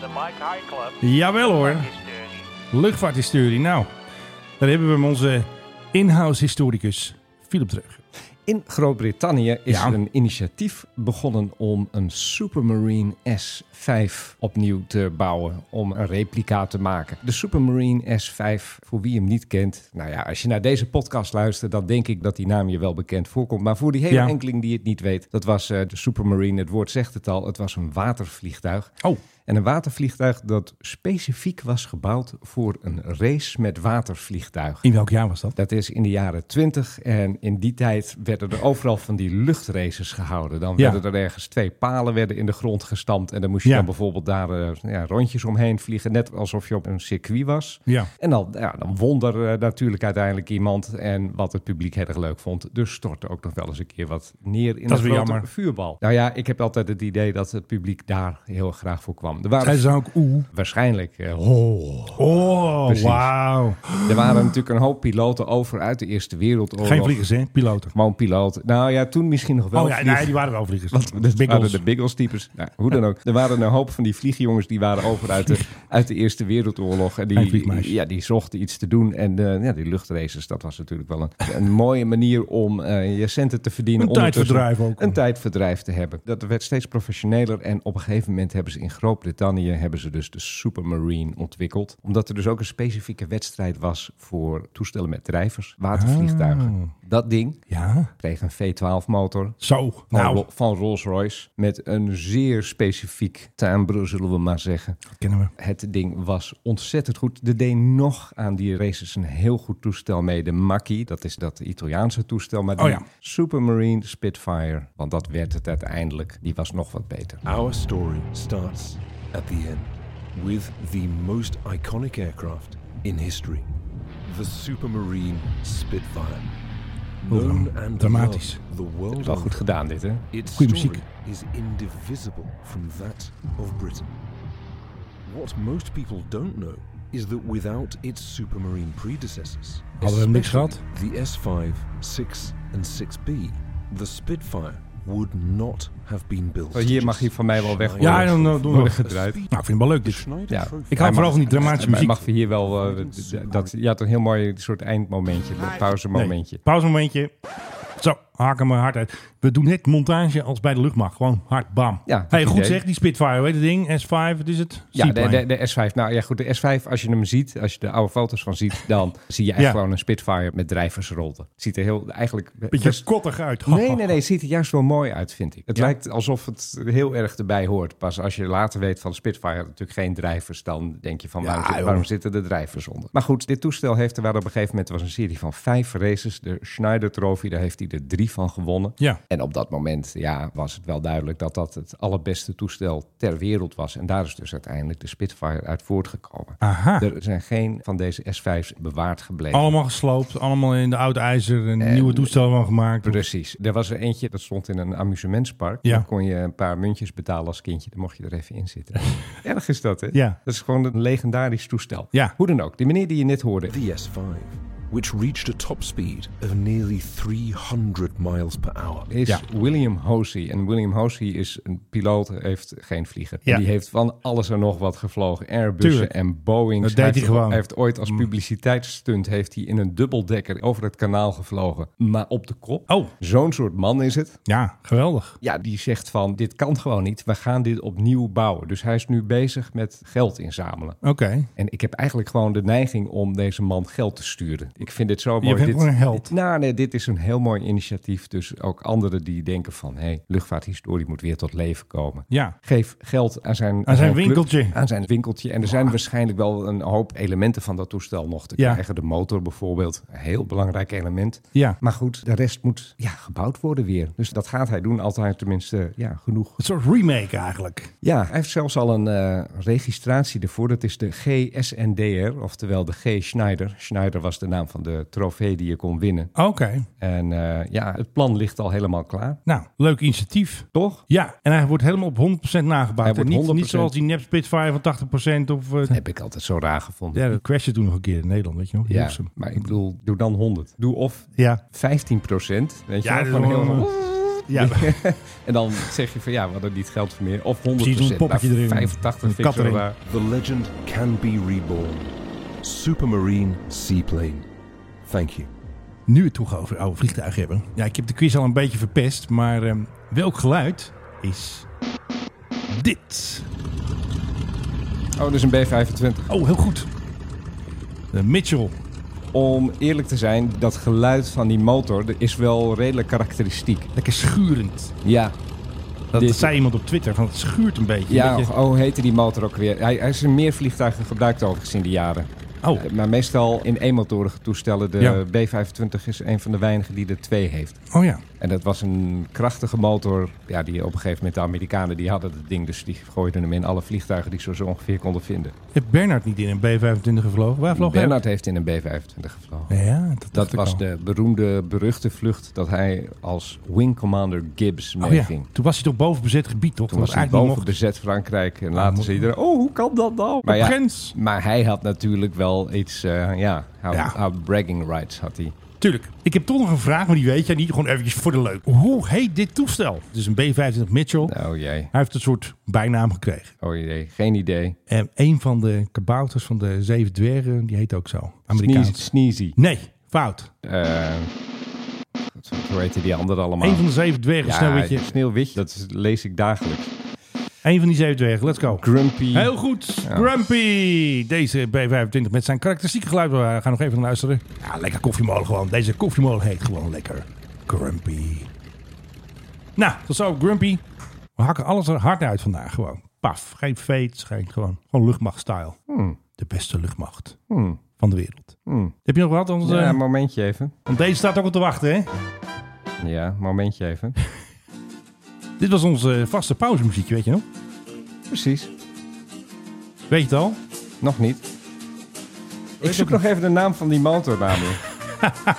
De Mike High Club.
Jawel hoor. Luchtvaarthistorie. Nou, daar hebben we hem onze in-house historicus Philip terug.
In Groot-Brittannië is
Ja.
er een initiatief begonnen om een Supermarine S5 opnieuw te bouwen. Om een replica te maken. De Supermarine S5, voor wie hem niet kent. Nou ja, als je naar deze podcast luistert, dan denk ik dat die naam je wel bekend voorkomt. Maar voor die hele
Ja.
enkeling die het niet weet, dat was eh, de Supermarine. Het woord zegt het al, het was een watervliegtuig.
Oh.
En een watervliegtuig dat specifiek was gebouwd voor een race met watervliegtuigen.
In welk jaar was dat?
Dat is in de jaren 20 en in die tijd werden er overal van die luchtraces gehouden. Dan
Ja.
werden er ergens twee palen werden in de grond gestampt en dan moest je
Ja.
dan bijvoorbeeld daar eh, ja, rondjes omheen vliegen, net alsof je op een circuit was.
Ja.
En dan, ja, dan won er eh, natuurlijk uiteindelijk iemand en wat het publiek heel erg leuk vond, dus stortte ook nog wel eens een keer wat neer in
Dat is
een
weer
grote
jammer.
vuurbal. Nou ja, ik heb altijd het idee dat het publiek daar heel graag voor kwam. Er waren
Zij zou ook oeh.
waarschijnlijk eh, ho.
Oh,
Precies.
wauw.
Er waren natuurlijk een hoop piloten over uit de Eerste Wereldoorlog.
Geen vliegers, hè? Piloten.
Gewoon piloot. Nou ja, toen misschien nog wel.
oh ja,
vliegen.
nee, die waren wel vliegers.
Want dat waren de Biggles-types. Nou, hoe dan ook. Er waren een hoop van die vliegjongens die waren over uit de, uit de Eerste Wereldoorlog. En
En
die,
vliegmeisjes.
ja, die zochten iets te doen. En eh, ja, die luchtraces, dat was natuurlijk wel een, een mooie manier om eh, je centen te verdienen.
Een
Ondertussen
tijdverdrijf ook.
Een tijdverdrijf te hebben. Dat werd steeds professioneler. En op een gegeven moment hebben ze in Groot-Brittannië hebben ze dus de Supermarine ontwikkeld. Omdat er dus ook een specifieke wedstrijd was voor toestellen met drijvers. Watervliegtuigen. Dat ding
Ah, Ja.
kreeg een V12-motor.
Zo,
Van,
nou.
Ro- van Rolls-Royce. Met een zeer specifiek timbre, zullen we maar zeggen.
kennen we.
Het ding was ontzettend goed. Er deed nog aan die races een heel goed toestel mee. De Macchi, dat is dat Italiaanse toestel. Maar die
Oh ja.
Supermarine Spitfire, want dat werd het uiteindelijk. Die was nog wat beter. Ah,
Our story starts at the end with the most iconic aircraft in history the Supermarine Spitfire. Known and
dramatisch.
loved the world
Wel goed
over.
gedaan dit, hè?
Its
Goeie
story
muziek.
is indivisible from that of Britain. What most people don't know is that without its supermarine predecessors,
Hadden we hem niks
especially the S5, 6 and 6B, the Spitfire would not have been built.
Oh, hier mag hij van mij wel weg worden,
Ja, dan eh, doen we
worden gedraaid.
Nou, ik vind het wel leuk dit.
Ja.
Ik hou vooral van die dramatische
Maar
muziek.
Mag hier wel... eh, d- d- dat, je had een heel mooi soort eindmomentje, een pauzemomentje.
Nee, pauzemomentje. Zo, haken me hard uit. We doen net montage als bij de luchtmacht. Gewoon hard, bam.
Ja,
hey,
goed
goed
idee.
zeg, die Spitfire, weet het ding? S5, wat is het?
Ja, de,
Seaplane.
de, de S5. Nou ja, goed, de S5, als je hem ziet, als je de oude foto's van ziet, dan zie je echt
Ja.
gewoon een Spitfire met drijversrollen. Ziet er heel, eigenlijk...
Beetje
best-
kottig uit.
Nee, nee, nee, ziet er juist wel mooi uit, vind ik. Het lijkt alsof het heel erg erbij hoort. Pas als je later weet van Spitfire had natuurlijk geen drijvers, dan denk je van
Ja,
waarom, zit-
joh.
waarom zitten de drijvers onder? Maar goed, dit toestel heeft er waren op een gegeven moment, het was een serie van vijf races. De Schneider Trophy, daar heeft hij er drie van gewonnen.
Ja.
En op dat moment ja, was het wel duidelijk dat dat het allerbeste toestel ter wereld was. En daar is dus uiteindelijk de Spitfire uit voortgekomen.
Aha.
Er zijn geen van deze S5's bewaard gebleven.
Allemaal gesloopt, allemaal in de oude ijzer, een nieuwe toestel van gemaakt.
Precies. Er was er eentje, dat stond in een amusementspark.
Ja.
Daar kon je een paar muntjes betalen als kindje. Dan mocht je er even in zitten. Erg is dat, hè?
Ja.
Dat is gewoon een legendarisch toestel.
Ja.
Hoe dan ook, die meneer die je net hoorde.
The S5 which reached a top speed of nearly 300 miles per hour.
Is William Hosey. En William Hosey is een piloot, heeft geen vlieger.
Ja.
En die heeft van alles en nog wat gevlogen. Airbussen
Tuurlijk.
en Boeing.
Dat deed
heeft,
hij gewoon. Mm.
Hij heeft ooit als publiciteitsstunt heeft hij in een dubbeldekker over het kanaal gevlogen. Maar op de kop.
Oh.
Zo'n soort man is het.
Ja, geweldig.
Ja, die zegt van dit kan gewoon niet. We gaan dit opnieuw bouwen. Dus hij is nu bezig met geld inzamelen.
Oké.
En ik heb eigenlijk gewoon de neiging om deze man geld te sturen. Ik vind dit zo mooi.
bent
dit,
gewoon een held.
dit- nou, nee, dit is een heel mooi initiatief. Dus ook anderen die denken van... hé, hey, luchtvaarthistorie moet weer tot leven komen.
Ja.
Geef geld aan zijn... Aan,
zijn
club,
winkeltje.
aan zijn winkeltje. En er zijn waarschijnlijk wel een hoop elementen van dat toestel nog te
Ja.
krijgen. De motor bijvoorbeeld. Een heel belangrijk element.
Ja.
Maar goed, de rest moet ja, gebouwd worden weer. Dus dat gaat hij doen. Altijd tenminste ja, genoeg
Een soort remake eigenlijk.
ja, hij heeft zelfs al een eh, registratie ervoor. Dat is de GSNDR, oftewel de G. Schneider. Schneider was de naam van de trofee die je kon winnen.
Oké.
En eh, ja, het plan ligt al helemaal klaar.
Nou, leuk initiatief.
Toch?
Ja, en hij wordt helemaal op 100% nagebouwd.
Hij
En
wordt
niet,
100%.
niet zoals die nep Spitfire van 80% of... eh,
Dat heb ik altijd zo raar gevonden.
ja, dat crashte toen nog een keer in Nederland, weet je nog?
Ja,
Hilversum.
maar ik bedoel, doe dan 100. Doe of
Ja.
15 procent. Weet je
Ja,
wel,
dat
van
is wel-
heel...
Ja.
en dan zeg je van ja, we hadden niet geld voor meer. Of 100%.
Precies, een poppetje
Nou,
erin.
85
Een
vind ik
kat
zo
erin.
raar.
The legend can be reborn. Supermarine Seaplane. Thank you.
Nu we het toch over oude vliegtuigen hebben. Ja, ik heb de quiz al een beetje verpest, maar ehm, welk geluid is dit?
Oh, dat is een B25.
Oh, heel goed. De Mitchell.
Om eerlijk te zijn, dat geluid van die motor dat is wel redelijk karakteristiek.
Lekker schurend.
Ja,
Dat
Dit-
zei iemand op Twitter, van het schuurt een beetje.
ja
Dat
oh,
je-
hoe heette die motor ook weer? Hij, hij is in meer vliegtuigen gebruikt overigens in de jaren.
Oh.
Eh, Maar meestal in eenmotorige toestellen. De
Ja.
B25 is een van de weinigen die er twee heeft.
oh ja.
En dat was een krachtige motor. Ja, die op een gegeven moment de Amerikanen die hadden dat ding. Dus die gooiden hem in alle vliegtuigen die ze zo ongeveer konden vinden.
Heeft Bernard niet in een B-25 gevlogen? Waar vloog
Bernard heeft in een B25 gevlogen.
hij? Ja, dat,
Dat
dacht ik
was
al.
de beroemde, beruchte vlucht dat hij als Wing Commander Gibbs
Oh ja,
meeging.
toen was hij toch boven bezet gebied, toch?
Toen was hij boven bezet Frankrijk en later zei iedereen, oh, hoe kan dat nou? Maar,
de
ja,
grens.
maar hij had natuurlijk wel iets, eh, ja, hou-
Ja.
hou bragging rights had hij.
Tuurlijk. Ik heb toch nog een vraag, maar die weet jij niet. Gewoon eventjes voor de leuk. Hoe heet dit toestel? Het is een B-25 Mitchell.
Oh jee,
Hij heeft een soort bijnaam gekregen.
oh jee, geen idee.
En een van de kabouters van de Zeven Dwergen, die heet ook zo.
Sneezy.
Amerikaans.
sneezy.
Nee, fout.
Eh, wat- hoe heette die andere allemaal?
Een van de Zeven Dwergen,
ja,
sneeuwwitje.
Sneeuwwitje, dat is- lees ik dagelijks.
Een van die Zeven Dwergen, let's go.
Grumpy.
Heel goed, Grumpy. Deze B-25 met zijn karakteristieke geluid. We gaan nog even naar luisteren. Ja, lekker koffiemolen gewoon. Deze koffiemolen heet gewoon lekker Grumpy. Nou, tot zo, Grumpy. We hakken alles er hard uit vandaag gewoon. Paf, geen fates, geen gewoon, gewoon luchtmachtstyle. De beste luchtmacht
Hmm,
van de wereld.
hmm.
Heb je nog wat? Anders,
Ja,
eh,
momentje even.
Want deze staat ook al te wachten, hè?
Ja, momentje even.
Dit was onze vaste pauzemuziekje, weet je nog?
Precies,
Weet je het al?
nog niet. Ik zoek nog even de naam van die motor namelijk.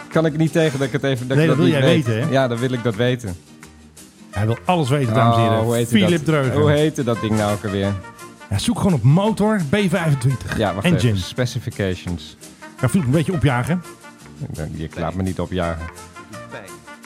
kan ik niet tegen dat ik het even... Dat
Nee,
ik
dat wil
niet
jij
weet.
weten, hè?
Ja, dan wil ik dat weten.
Hij wil alles weten, dames en
Oh, hoe
heren.
heette dat?
Philip Dreugen.
Hoe heette dat ding nou ook alweer?
Ja, zoek gewoon op motor B25.
Ja, wacht
Engine.
even. Specifications.
Ga Philip een beetje opjagen.
Ik denk, Je laat me niet opjagen.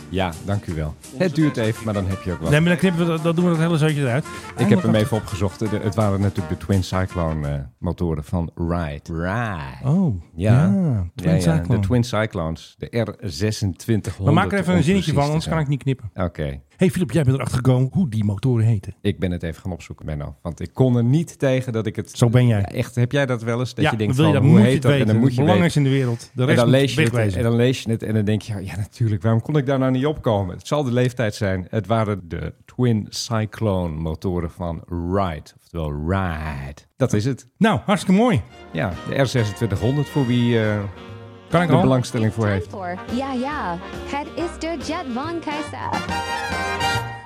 Ja, dank u wel. Het duurt even, maar dan heb je ook wat.
Nee, maar dan knippen we dat, dan doen we dat hele zootje eruit.
Ik heb hem even opgezocht. De- het waren natuurlijk de Twin Cyclone eh, motoren van Ride. Ride.
Oh, ja.
Ja.
Twin Cyclone.
de Twin Cyclones. De R2600.
We maken er even een zinnetje van, anders kan ik
niet.
niet knippen.
eh. Oké,
hey, Philip, jij bent erachter gekomen hoe die motoren heten.
ik ben het even gaan opzoeken, Benno. Want ik kon er niet tegen dat ik het...
Zo ben jij.
Ja, echt, heb jij dat wel eens? Dat
ja,
je denkt
wil je
van,
dat,
hoe
moet je
heet
het
dat?
weten.
En dan moet
het
je weten.
belangrijkste in de wereld. De
En
rest
dan, lees je het,
wegwezen.
en dan lees je het en dan denk je, ja natuurlijk, waarom kon ik daar nou niet opkomen? Het zal de leeftijd zijn. Het waren de Twin Cyclone motoren van Ride, oftewel Ride. Dat is het.
Nou, hartstikke mooi.
Ja, de R2600 voor wie eh
Kan ik
er
al?
belangstelling voor heeft.
for Ja Ja, het is de Jet van Kaiser.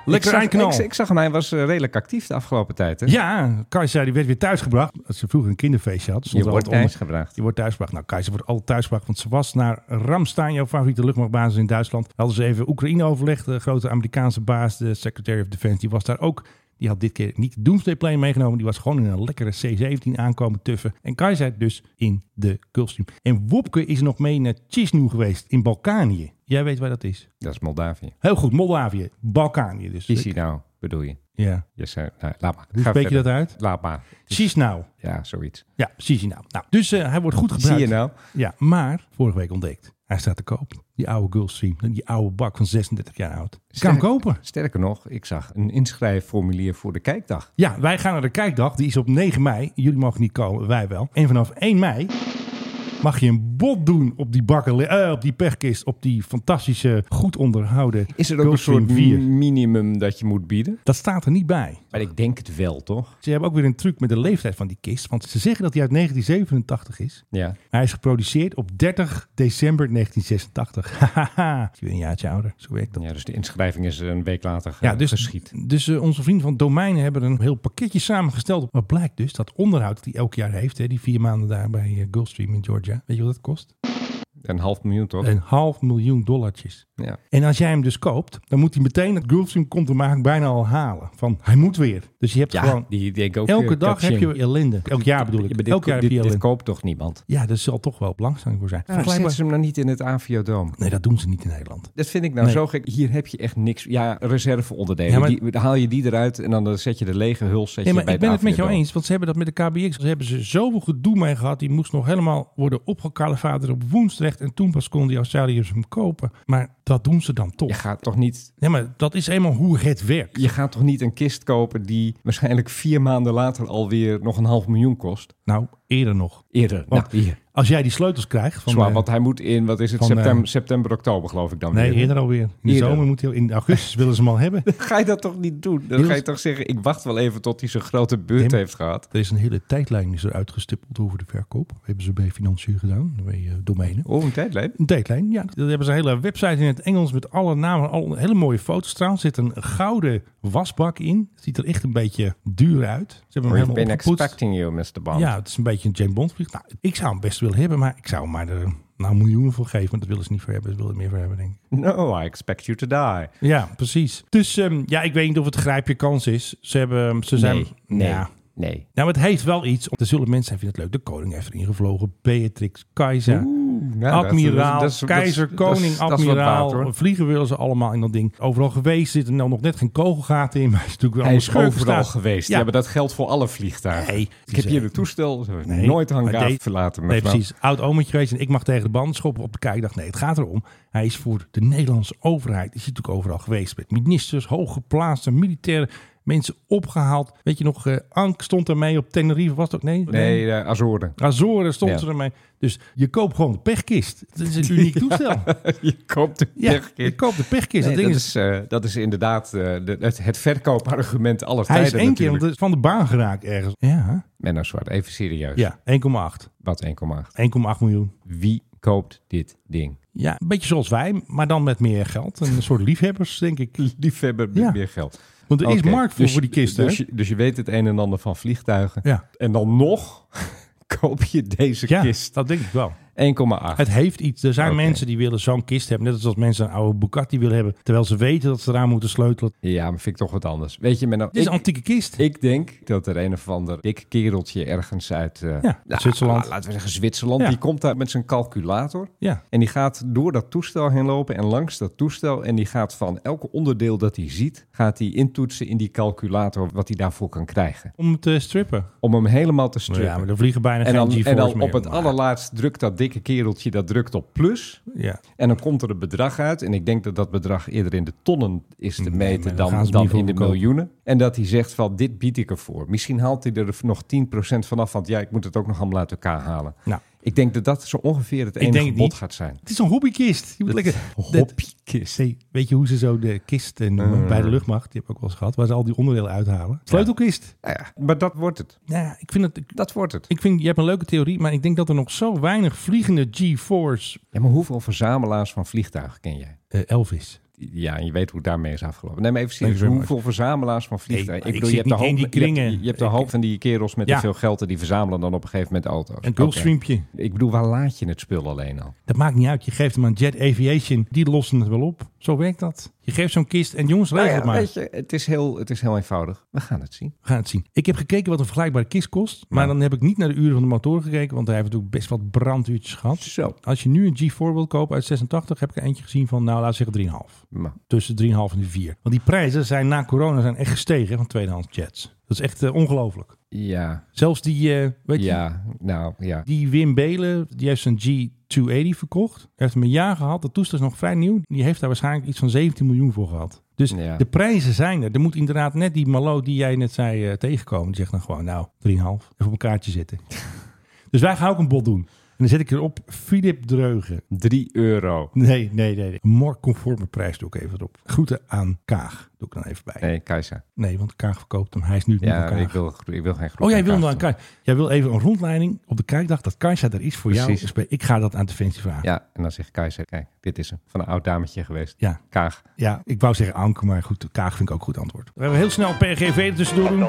Lekker
ik, zag,
einknal.
ik, ik zag hem, hij was eh, redelijk actief de afgelopen tijd. Hè?
Ja, Kajsa die werd weer thuisgebracht. Als ze vroeger een kinderfeestje had, stond
Je
er
wordt
altijd onder-
thuisgebracht.
Die wordt thuisgebracht. Nou, Keizer wordt altijd thuisgebracht. Want ze was naar Ramstein, jouw favoriete luchtmachtbasis in Duitsland. Hadden ze even Oekraïne overlegd. De grote Amerikaanse baas, de Secretary of Defense, die was daar ook. Die had dit keer niet de Doomsday Plane meegenomen. Die was gewoon in een lekkere C-17 aankomen tuffen. En Kai zei dus in de Gulfstream. En Wopke is nog mee naar Chisnu geweest in Balkanië. Jij weet waar dat is.
Dat is Moldavië.
Heel goed, Moldavië. Balkanië dus.
Is hij nou, bedoel je?
Ja.
Je zei, nou, laat maar.
Hoe
Ga
spreek je dat
verder.
uit?
Laat maar.
Chisnau.
Ja, zoiets.
Ja, precies. Nou, nou dus eh, hij wordt goed
Zie
gebruikt.
je nou?
Ja, maar vorige week ontdekt. Hij staat te koop. Die oude Gulfstream, die oude bak van 36 jaar oud. Kan
Sterk-
kopen.
Sterker nog, ik zag een inschrijfformulier voor de kijkdag.
Ja, wij gaan naar de kijkdag. Die is op 9 mei. Jullie mogen niet komen, wij wel. En vanaf 1 mei mag je een bod doen op die bakken, eh, op die pechkist, op die fantastische, goed onderhouden
Is er ook een
Gulfstream
soort
4.
minimum dat je moet bieden?
Dat staat er niet bij.
Maar ik denk het wel, toch?
Ze hebben ook weer een truc met de leeftijd van die kist. Want ze zeggen dat hij uit 1987 is.
Ja.
Hij is geproduceerd op 30 december 1986. Hahaha. Ik ben een jaartje ouder. Zo werkt dat.
Ja, dus de inschrijving is een week later ge-
Ja, dus,
geschiet.
dus eh, onze vrienden van Domeinen hebben een heel pakketje samengesteld. Wat blijkt dus, dat onderhoud dat hij elk jaar heeft, hè, die vier maanden daar bij eh, Gulfstream in Georgia. Weet je wat dat kost?
Een half miljoen, toch?
Een half miljoen dollartjes.
Ja.
En als jij hem dus koopt, dan moet hij meteen het Gulfstream komt te maken bijna al halen. Van, hij moet weer. Dus je hebt
Ja,
gewoon...
die denk ook
elke
weer
dag heb je
kaching.
ellende. Elk jaar bedoel ik.
Ja, maar dit,
Elk jaar
dit,
heb je
dit
ellende.
koopt toch niemand?
Ja, dat zal toch wel belangstelling voor zijn.
Ja, zetten ze hem dan niet in het Aviodome?
Nee, dat doen ze niet in Nederland.
Dat vind ik nou
Nee.
zo gek. Hier heb je echt niks. Ja, reserveonderdelen.
Ja, maar-
Die- dan haal je die eruit en dan eh, zet je de lege huls
Nee,
zet je
maar
bij
ik ben het met jou
Aviodome.
eens, want ze hebben dat met de KBX. Ze hebben ze zoveel gedoe mee gehad. Die moest nog helemaal worden opgekalavaderd op Woensdrecht. En toen pas konden die Australiërs hem kopen. Maar dat doen ze dan toch.
Je gaat toch niet...
Nee, maar dat is eenmaal hoe het werkt.
Je gaat toch niet een kist kopen die waarschijnlijk vier maanden later alweer nog een half miljoen kost?
Nou, eerder nog.
Eerder.
Want
nou, hier.
Als jij die sleutels krijgt... Van
Zwaar,
de-
want hij moet in, wat is het,
van, eh,
september, september, oktober geloof ik dan
nee,
weer.
eerder alweer. In de
Eerder.
zomer moet hij... al- In augustus willen ze hem al hebben.
Ga je dat toch niet doen? Dan
Heel-
ga je toch zeggen, ik wacht wel even tot hij zijn grote beurt
Nee, maar-
heeft gehad.
Er is een hele tijdlijn is er uitgestippeld over de verkoop. Dat hebben ze bij Financiën gedaan, bij eh, domeinen.
Oh, een tijdlijn?
Een tijdlijn, ja. Dan hebben ze een hele website in het Engels met alle namen. Al hele mooie foto's trouwens. Er zit een gouden wasbak in. Ziet er echt een beetje duur uit. Ze hebben hem
We've
helemaal
been
opgepoetst.
expecting you, Mr. Bond.
Ja, het is een beetje een James Bond vlieg. Nou, ik zou hem best willen hebben, maar ik zou hem maar er nou, miljoenen voor geven. Want dat willen ze niet voor hebben. Ze willen er meer voor hebben, denk ik.
No, I expect you to die.
Ja, precies. Dus ehm, ja, ik weet niet of het grijpje kans is. Ze, hebben, ze zijn...
Nee, nee,
Ja.
nee.
Nou, het heeft wel iets. Er zullen mensen zijn, vinden het leuk. De koning heeft erin gevlogen. Beatrix, Keizer,
nou, dat is-
admiraal,
dat is- dat is-
keizer,
dat is-
koning,
dat is wat
admiraal.
water, hoor.
vliegen willen ze allemaal in dat ding. Overal geweest zitten er nou nog net geen kogelgaten in. Maar het is natuurlijk wel
Hij is
allemaal scheurverstaat.
overal geweest. Die
Ja,
hebben dat geld voor alle vliegtuigen.
Nee,
ik heb hier een toestel. Ze hebben nooit
maar
hangaar
nee,
verlaten.
Nee,
mevrouw.
precies. Oud omertje geweest en ik mag tegen de band schoppen op de kijkdag. Nee, het gaat erom. Hij is voor de Nederlandse overheid. Is hij natuurlijk overal geweest. Met ministers, hooggeplaatste militairen, mensen opgehaald. Weet je nog, eh, Ank stond ermee op Tenerife. Was dat? Nee,
Nee, eh, Azoren.
Azoren stond
Ja.
ze ermee. Dus je koopt gewoon de pechkist. Dat is een uniek toestel.
je koopt de
Ja,
pechkist.
je koopt de pechkist. dat
Nee,
ding
dat,
is,
is, eh, dat is inderdaad eh, de- het, het verkoopargument aller
hij
tijden
is één keer want
natuurlijk.
het is van de baan geraakt ergens. Ja,
Menno Zwart, even serieus.
ja 1,8.
Wat 1,8.
1,8 miljoen.
Wie koopt dit ding?
Ja, een beetje zoals wij, maar dan met meer geld. Een soort liefhebbers, denk ik.
Liefhebber met
Ja.
meer geld.
Want er is
Oké,
markt voor,
dus-
voor die kisten.
Dus
hè?
je, dus je weet het een en ander van vliegtuigen.
Ja.
En dan nog koop je deze
ja,
kist.
dat denk ik wel.
1,8.
Het heeft iets. Er zijn
Oké.
mensen die willen zo'n kist hebben. Net als dat mensen een oude Bugatti willen hebben. Terwijl ze weten dat ze eraan moeten sleutelen.
Ja, maar vind ik toch wat anders. Weet je, Menno,
Dit is
ik-
een antieke kist.
Ik denk dat er een of ander dik kereltje ergens uit... eh,
Ja,
nou,
Zwitserland.
Laten we zeggen Zwitserland.
Ja.
Die komt daar met zijn calculator.
Ja.
En die gaat door dat toestel heen lopen en langs dat toestel. En die gaat van elke onderdeel dat hij ziet... gaat hij intoetsen in die calculator wat hij daarvoor kan krijgen.
Om te strippen.
Om hem helemaal te strippen.
Ja, maar er vliegen bijna
en
geen
dan,
G-force
en dan
meer.
op het
Maar-
allerlaatst drukt dat dikke kereltje dat drukt op plus.
Ja.
En dan komt er een bedrag uit. En ik denk dat dat bedrag eerder in de tonnen is te meten
maar dan gaan
dan,
ze niet
dan
voor
in de
verkopen.
miljoenen. En dat hij zegt van dit bied ik ervoor. Misschien haalt hij er nog 10% vanaf. Want ja, ik moet het ook nog allemaal uit elkaar halen.
Nou.
Ik denk dat dat zo ongeveer het
Ik denk
enige
het
bod
niet.
gaat zijn.
Het is een hobbykist. Je moet lekker... dat-
Hoppiekist.
Nee, weet je hoe ze zo de kisten noemen bij de luchtmacht? Die heb ik ook wel eens gehad. Waar ze al die onderdelen uithalen. Sleutelkist.
Nou ja, maar dat wordt het.
Ja, ik vind het... ik-
Dat wordt het.
Ik vind, je hebt een leuke theorie, maar ik denk dat er nog zo weinig vliegende G-force...
Ja, maar hoeveel verzamelaars van vliegtuigen ken jij?
eh, Elvis.
Ja, en je weet hoe het daarmee is afgelopen. Neem even
Dank
serieus.
je wel.
Hoeveel verzamelaars van vliegtuigen?
Nee, maar ik
je
zit
hebt een
niet in
hoop-
die
Je
kringen.
hebt, je hebt een
Ik-
hoop van die kerels met
Ja.
te veel geld en die verzamelen dan op een gegeven moment auto's.
Een
Oké.
Gulfstreampje.
Ik bedoel, waar laat je het spul alleen al?
Dat maakt niet uit. Je geeft hem aan Jet Aviation. Die lossen het wel op. Zo werkt dat. Je geeft zo'n kist en jongens, regel
Nou ja,
het maar.
Weet je, het, is heel, het is heel eenvoudig. We gaan het zien.
We gaan het zien. Ik heb gekeken wat een vergelijkbare kist kost. Maar dan heb ik niet naar de uren van de motoren gekeken. Want hij heeft natuurlijk best wat branduurtjes gehad. Als je nu een G4 wil kopen uit 86, heb ik er eentje gezien van, nou laten we zeggen 3,5. Tussen 3,5 en de 4. Want die prijzen zijn na corona zijn echt gestegen hè, van tweedehands jets. Dat is echt eh, ongelooflijk.
Ja.
Zelfs die, eh, weet
Ja, nou ja.
je, die Wim Belen, die heeft zijn G280 verkocht. Hij heeft hem een jaar gehad. Dat toestel is nog vrij nieuw. Die heeft daar waarschijnlijk iets van 17 miljoen voor gehad. Dus
Ja.
de prijzen zijn er. Er moet inderdaad net die malo die jij net zei eh, tegenkomen. Die zegt dan gewoon, nou, 3,5. Even op een kaartje zitten. dus wij gaan ook een bod doen. En dan zet ik erop Philip Dreugen.
3 euro.
Nee, nee, nee. nee. Een more conforme prijs doe ik even erop. Groeten aan Kaag. Doe ik dan even bij.
Nee, Kajsa.
Nee, want Kaag verkoopt hem. Hij is nu niet
Ja,
aan Kaag.
ik wil, ik wil geen groep.
Oh, jij wil
dan
dan Kaag. Jij wil even een rondleiding op de kijkdag dat Kajsa er is voor
Precies.
jou. Dus Ik ga dat aan Defensie vragen.
Ja, en dan zegt Kajsa, kijk, dit is hem. Van een oud dametje geweest.
Ja.
Kaag.
Ja, ik wou zeggen Anke, maar goed, Kaag vind ik ook goed antwoord. We hebben heel snel PGV er tussendoor doen.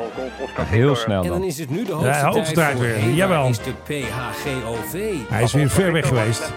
Heel snel
En dan
dan.
is het nu de
Ja,
hoogste tijd
hoogste tijd
voor
weer.
Eva
Jawel.
is de PHGOV.
Hij is weer ver weg geweest.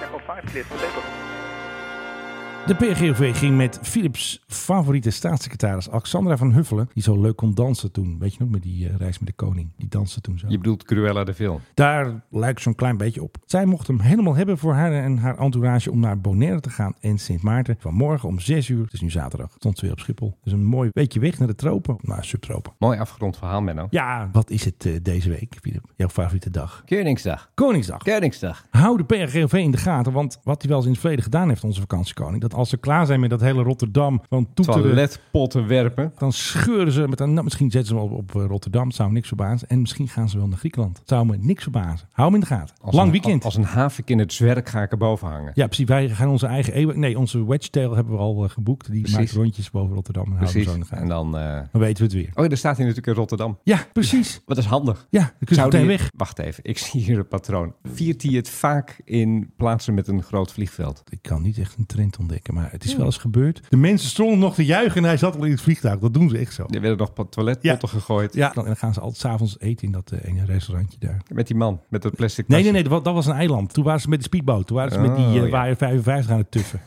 De PGV ging met Philips favoriete staatssecretaris Alexandra van Huffelen. Die zo leuk kon dansen toen. Weet je nog, met die eh, reis met de koning. Die danste toen zo.
Je bedoelt Cruella de film.
Daar lijkt zo'n klein beetje op. Zij mocht hem helemaal hebben voor haar en haar entourage om naar Bonaire te gaan en Sint Maarten. Vanmorgen om 6 uur, het is nu zaterdag, stond ze weer op Schiphol. Dus een mooi weekje weg naar de tropen, naar subtropen.
Mooi afgerond verhaal, Menno.
Ja, wat is het eh, deze week, Philip? Jouw favoriete dag?
Koningsdag.
Koningsdag.
Koningsdag.
Hou de PRGV in de gaten, want wat hij wel eens in het verleden gedaan heeft, onze vakantiekoning, dat als ze klaar zijn met dat hele Rotterdam van toeteren,
Toiletpotten werpen.
dan scheuren ze, met een, nou, misschien zetten ze hem op, op eh, Rotterdam, het zou me niks verbazen. En misschien gaan ze wel naar Griekenland, Het zou me niks verbazen. Hou hem in de gaten.
Als
Lang
een-
weekend.
Als een havik in het zwerk ga ik erboven hangen.
Ja, precies. Wij gaan onze eigen eeuw... Nee, onze wedgetail hebben we al eh, geboekt. Die
Precies.
maakt rondjes boven Rotterdam. En houden we
Precies.
zo in de gaten.
Nou, En dan... eh,
Dan weten we het weer.
Oh, daar staat hij natuurlijk in Rotterdam.
Ja, precies.
Wat is handig.
Ja, dan kun je
Zou
meteen
die-
weg.
Wacht even, ik zie hier een patroon. Viert hij het vaak in plaatsen met een groot vliegveld?
Ik kan niet echt een trend ontdekken, maar het is wel eens gebeurd. De mensen stonden nog te juichen en hij zat al in het vliegtuig. Dat doen ze echt zo.
Er werden nog pa- toiletpotten gegooid.
Ja, dan- en dan gaan ze altijd s'avonds eten in dat eh, ene restaurantje daar.
Met die man, met dat plastic
Nee,
tasje.
nee, nee, dat wa- dat was een eiland. Toen waren ze met de speedboot. Toen waren ze met die
Oh,
eh,
ja.
waaier 55 aan het tuffen.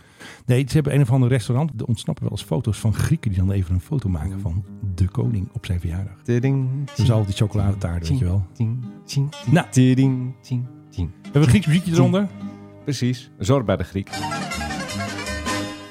Nee, ze hebben een of ander restaurant. Er ontsnappen wel eens foto's van Grieken die dan even een foto
Mm.
maken van de koning op zijn verjaardag.
Tiding,
Dus al die chocoladetaart, weet je wel.
Ting, ting, ting,
Nou.
Tiding, ting, ting.
Hebben we een Grieks muziekje eronder?
Precies, zorg bij de Griek.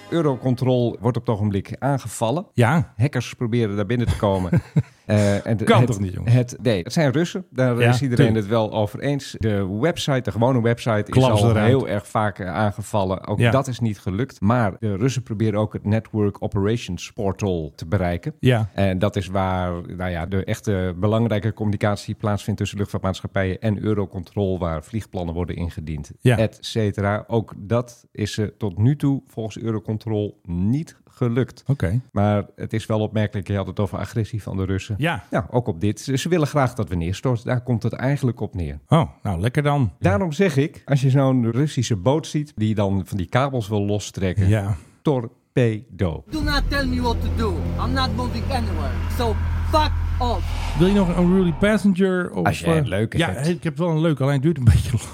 Eurocontrol wordt op het ogenblik aangevallen.
Ja.
Hackers proberen daar binnen te komen. Eh, en de-
Kan
het,
toch niet, jongen?
Het, nee, het zijn Russen. Daar
Ja,
is iedereen
tuurlijk.
het wel over eens. De website, de gewone website,
Klappen
is
ze
al
eruit.
heel erg vaak eh, aangevallen. Ook
Ja.
dat is niet gelukt. Maar de Russen proberen ook het Network Operations Portal te bereiken.
Ja.
En dat is waar nou ja, de echte belangrijke communicatie plaatsvindt tussen luchtvaartmaatschappijen en Eurocontrol, waar vliegplannen worden ingediend,
Ja.
et cetera. Ook dat is eh, tot nu toe volgens Eurocontrol niet gelukt.
Oké.
Maar het is wel opmerkelijk, je had het over agressie van de Russen.
Ja.
Nou, ook op dit. Ze ze willen graag dat we neerstorten. Daar komt het eigenlijk op neer.
Oh, nou lekker dan.
Daarom zeg ik, als je zo'n Russische boot ziet die dan van die kabels wil lostrekken,
Ja.
torpedo.
Do not tell me what to do. I'm not moving anywhere. So fuck off.
Wil je nog een Unruly Passenger? Of,
Als jij een
eh,
leuke
Ja,
hebt.
ik heb wel een leuk, alleen het duurt een beetje lang.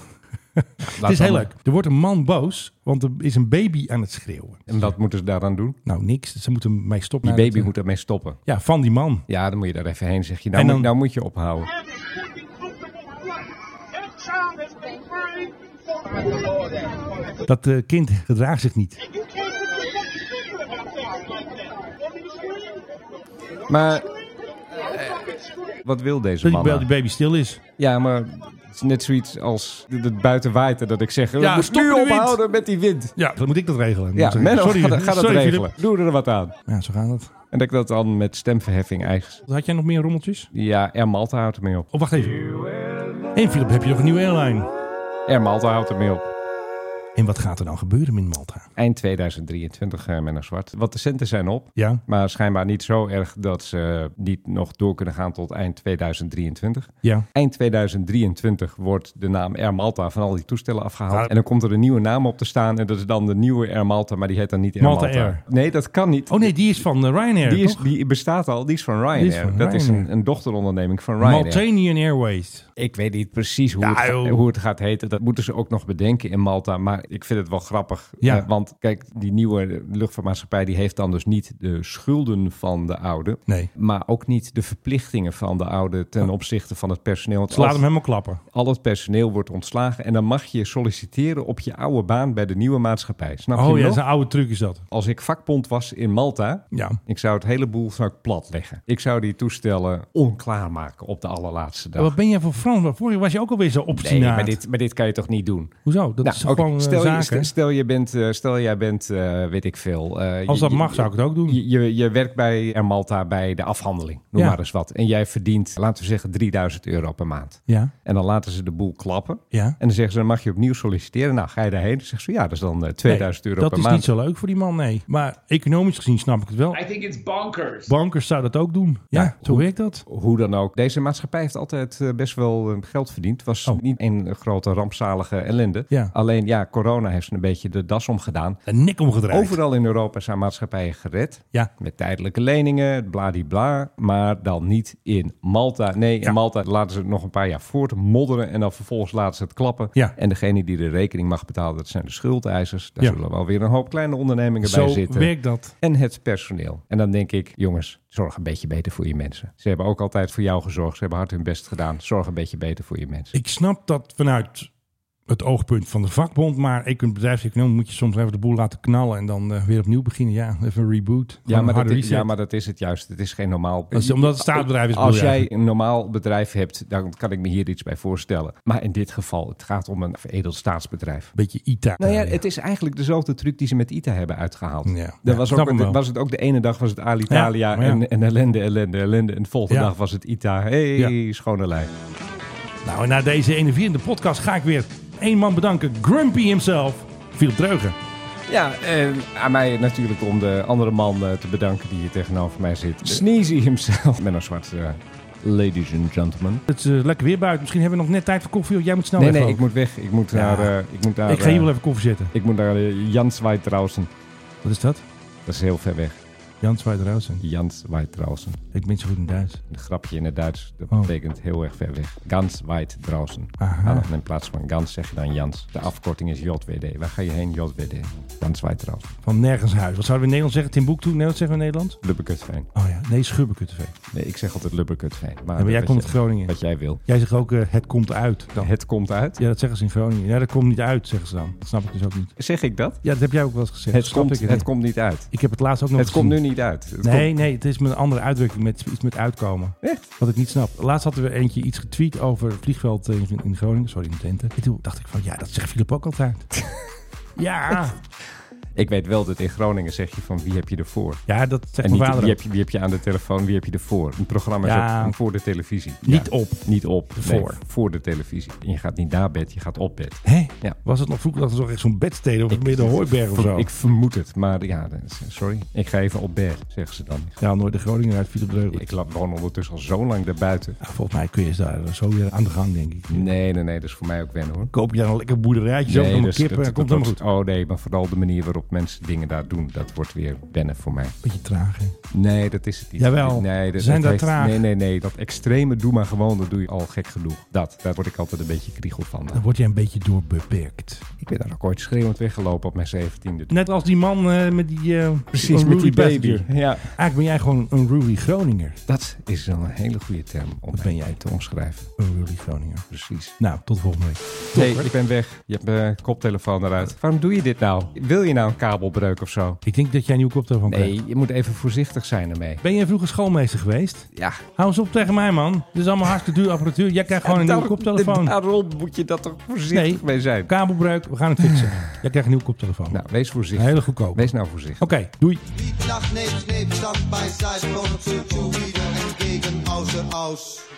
het is
dan
heel
maar.
leuk. Er wordt een man boos, want er is een baby aan het schreeuwen.
En wat moeten ze daaraan doen?
Nou, niks. Ze moeten mij stoppen.
Die
naar
baby
het, eh,
moet daarmee stoppen.
Ja, van die man.
Ja, dan moet je daar even heen, zeg je. Nou,
En dan-
moet, nou moet je ophouden.
Dat eh, kind gedraagt zich niet.
Maar eh, wat wil deze
Dat die,
man?
bij die
nou?
baby stil is.
Ja, maar het is net zoiets als dat het buiten waait en dat ik zeg... we moeten
stop
nu
met de wind.
ophouden met die wind.
Ja, dan moet ik dat regelen.
Ja,
Sorry.
Menno,
sorry,
ga, dat- ga dat
sorry,
regelen.
Philip.
Doe er wat aan.
Ja, zo gaat dat.
En dat ik dat dan met stemverheffing eigenlijk...
Had jij nog meer rommeltjes?
Ja, Air Malta houdt ermee op.
Oh, wacht even. En Philip, heb je nog een nieuwe airline?
Air Malta houdt ermee op.
En wat gaat er dan gebeuren in Malta?
Eind 2023, eh Menno Zwart. Wat de centen zijn op.
Ja.
Maar schijnbaar niet zo erg dat ze eh, niet nog door kunnen gaan tot eind 2023.
Ja.
Eind 2023 wordt de naam Air Malta van al die toestellen afgehaald.
Ja.
En dan komt er een nieuwe naam op te staan. En dat is dan de nieuwe Air Malta, maar die heet dan niet Air
Malta
Malta.
Air.
Nee, dat kan niet.
Oh nee, die is van eh, Ryanair,
die, is,
toch?
die bestaat al, die is van Ryanair.
Die is van
dat is een,
Ryanair.
een dochteronderneming van Ryanair.
Maltanian Airways.
Ik weet niet precies hoe,
Ja,
het,
joh.
hoe het gaat heten. Dat moeten ze ook nog bedenken in Malta. Maar Ik vind het wel grappig. Ja. Eh, want kijk, die nieuwe luchtvaartmaatschappij die heeft dan dus niet de schulden van de oude.
Nee.
Maar ook niet de verplichtingen van de oude ten opzichte van het personeel.
Ze laten hem helemaal klappen.
Al het personeel wordt ontslagen en dan mag je solliciteren op je oude baan bij de nieuwe maatschappij. Snap je
Oh ja,
nog?
dat is een oude truc is dat.
Als ik vakbond was in Malta,
Ja.
ik zou het hele boel zou ik plat leggen. Ik zou die toestellen onklaar maken op de allerlaatste dag.
Wat ben jij voor Frans? Vorig was je ook alweer zo
Nee,
obstinaat.
maar dit, maar dit kan je toch niet doen?
Hoezo? Dat
Nou,
is toch
oké,
gewoon
stel,
stel,
je,
zaken.
stel, stel je bent, eh, stel jij bent, eh, weet ik veel. eh,
Als
je-
dat
je-
mag, zou ik het ook doen.
Je, je, je werkt bij Air Malta bij de afhandeling, noem
Ja.
maar eens wat. En jij verdient, laten we zeggen, 3000 euro per maand.
Ja.
En dan laten ze de boel klappen.
Ja.
En dan zeggen ze, dan mag je opnieuw solliciteren. Nou, ga je daarheen? Dan zeggen ze, ja, dat is dan eh, 2000
Nee,
euro
dat
per
is
maand.
niet zo leuk voor die man, nee. Maar economisch gezien snap ik het wel.
I think it's bonkers.
Bankers zouden dat ook doen. Ja, zo werkt dat.
Nou, Hoe dan ook. Deze maatschappij heeft altijd eh, best wel eh, geld verdiend. Was niet een grote rampzalige ellende.
Oh. Ja.
Alleen ja, corona heeft ze een beetje de das omgedaan.
Een nik omgedraaid.
Overal in Europa zijn maatschappijen gered.
Ja.
Met tijdelijke leningen, bladibla. Maar dan niet in Malta. Nee, in Malta laten ze het nog een paar jaar voortmodderen. En dan vervolgens laten ze het klappen.
Ja.
En degene die de rekening mag betalen, dat zijn de schuldeisers. Daar
Ja.
zullen wel weer een hoop kleine ondernemingen
Zo
bij zitten.
werkt dat.
En het personeel. En dan denk ik, jongens, zorg een beetje beter voor je mensen. Ze hebben ook altijd voor jou gezorgd. Ze hebben hard hun best gedaan. Zorg een beetje beter voor je mensen.
Ik snap dat vanuit het oogpunt van de vakbond, maar ik een bedrijfseconoom moet je soms even de boel laten knallen en dan eh, weer opnieuw beginnen. Ja, even een reboot. Gewoon
Ja
een
maar,
harde
dat is,
reset.
ja, maar dat is het juist. Het is geen normaal...
Dat is omdat het staatsbedrijf is,
Als
bedoel je
jij een normaal bedrijf hebt, dan kan ik me hier iets bij voorstellen. Maar in dit geval, het gaat om een veredeld staatsbedrijf.
Beetje E ITA.
Nou ja, het is eigenlijk dezelfde truc die ze met ITA hebben uitgehaald.
Ja.
Dat
Ja,
was,
snap
ook,
ik wel.
was het ook de ene dag was het Alitalia
Ja, maar ja.
en, en ellende, ellende, ellende. En de volgende
Ja.
dag was het ITA. hey, schone lijn.
Nou, en na deze enerverende podcast ga ik weer één man bedanken. Grumpy himself, Philip Dreugen.
Ja, eh, aan mij natuurlijk om de andere man eh, te bedanken die hier tegenover mij zit. Sneezy himself. Menno Zwart. eh, ladies and gentlemen.
Het is eh, lekker weer buiten. Misschien hebben we nog net tijd voor koffie. of Jij moet snel
nee,
weg
nee,
ook.
ik moet weg. Ik moet
Ja.
naar... eh, ik, moet naar
Ik ga hier
eh,
wel even koffie zetten.
Ik moet naar uh, Jans Weitrausen.
Wat is dat?
Dat is heel ver weg.
Jans Weitrausen.
Jans Weitrausen.
Ik ben zo goed in Duits.
Een grapje in het Duits. Dat
Oh.
betekent heel erg ver weg. Gans Weitrausen.
Aha.
Ah, dan in plaats van Gans zeg je dan Jans. De afkorting is JWD. Waar ga je heen? JWD. Jans Weitrausen.
Van nergens huis. Wat zouden we in Nederland zeggen? Timbuktu? Nee, wat zeggen we in Nederland?
Lubbekutveen.
Oh ja, nee, Schubbekutveen.
Nee, ik zeg altijd Lubbekutveen. Maar,
Ja, maar jij
wat
komt
je-
uit Groningen.
Wat jij wil.
Jij zegt ook, eh, het komt uit. Dan.
Het komt uit?
Ja, dat zeggen ze in Groningen. Ja, dat komt niet uit, zeggen ze dan. Dat snap ik dus ook niet.
Zeg ik dat?
Ja, dat heb jij ook wel eens gezegd.
Het
Snap
komt-
ik
het komt niet uit.
Ik heb het laatst ook nog
Het komt
gezien.
nu niet uit. Het
nee,
komt-
nee, het is met een andere uitdrukking, met iets met uitkomen.
Echt?
Wat ik niet snap. Laatst hadden we eentje iets getweet over het vliegveld eh, in, in Groningen. Sorry, in Twente. En toen dacht ik van, ja, dat zegt Filip ook altijd. ja.
Ik weet wel dat in Groningen zeg je van wie heb je ervoor.
Ja, dat zegt
en
mijn
niet
vader
Wie
ook.
heb, je, wie heb je aan de telefoon, wie heb je ervoor? Een programma is
Ja.
ook voor de televisie.
Niet op.
Niet op. Nee,
Voor.
voor de televisie. En je gaat niet naar bed, je gaat op bed.
Hé?
Ja.
Was het nog vroeger dat er toch echt zo'n bedstede of midden Hooiberg of
Ver-
zo?
Ik vermoed het, maar ja, dat is- sorry. Ik ga even op bed, zeggen ze dan.
Ja, nooit de Groningen uit Philip Dreugel.
Ik lap gewoon ondertussen al zo lang daarbuiten.
Nou, Volgens mij kun je daar zo weer aan de gang, denk ik.
Nee, nee, nee, dat is voor mij ook wennen hoor.
Koop je dan een lekker boerderijtje zelf nog
dat
een
is-
kippen,
dus
dat
dat-
komt
dat
helemaal goed.
wordt- Oh nee, maar vooral de manier waarop mensen dingen daar doen, dat wordt weer wennen voor mij.
Beetje traag, hè?
Nee, dat is het niet.
Jawel,
nee,
ze zijn daar
heeft-
traag.
Nee, nee, nee. Dat extreme doe maar gewoon, dat doe je al gek genoeg. Dat, daar word ik altijd een beetje kriegel van.
Dan word jij een beetje doorbeperkt.
Ik ben daar ook ooit schreeuwend weggelopen op mijn zeventiende.
Net als die man eh, met die... eh,
Precies, met
Unruly
die baby.
passenger.
Ja.
Eigenlijk ben jij gewoon een Ruby Groninger.
Dat is wel een hele goede term om
Wat ben jij
te omschrijven.
Een Ruby Groninger.
Precies.
Nou, tot volgende week.
Nee, ik ben weg. Je hebt mijn koptelefoon eruit. Waarom doe je dit nou? Wil je nou een kabelbreuk of zo?
Ik denk dat jij een nieuwe koptelefoon
Nee,
krijgt.
je moet even voorzichtig zijn ermee.
Ben jij vroeger schoolmeester geweest?
Ja.
Hou eens op tegen mij, man. Dit is allemaal hartstikke duur apparatuur. Jij krijgt gewoon een
Nou,
nieuwe koptelefoon.
Daarom moet je dat toch voorzichtig
Nee,
mee zijn.
kabelbreuk. We gaan het fixen. Jij krijgt een nieuwe koptelefoon.
Nou, wees voorzichtig.
Hele goedkoop.
Wees nou voorzichtig.
Oké, doei.
Nach Nebst, Nebst, Stand beiseite, Nord zu, zu, wieder entgegen, außer aus.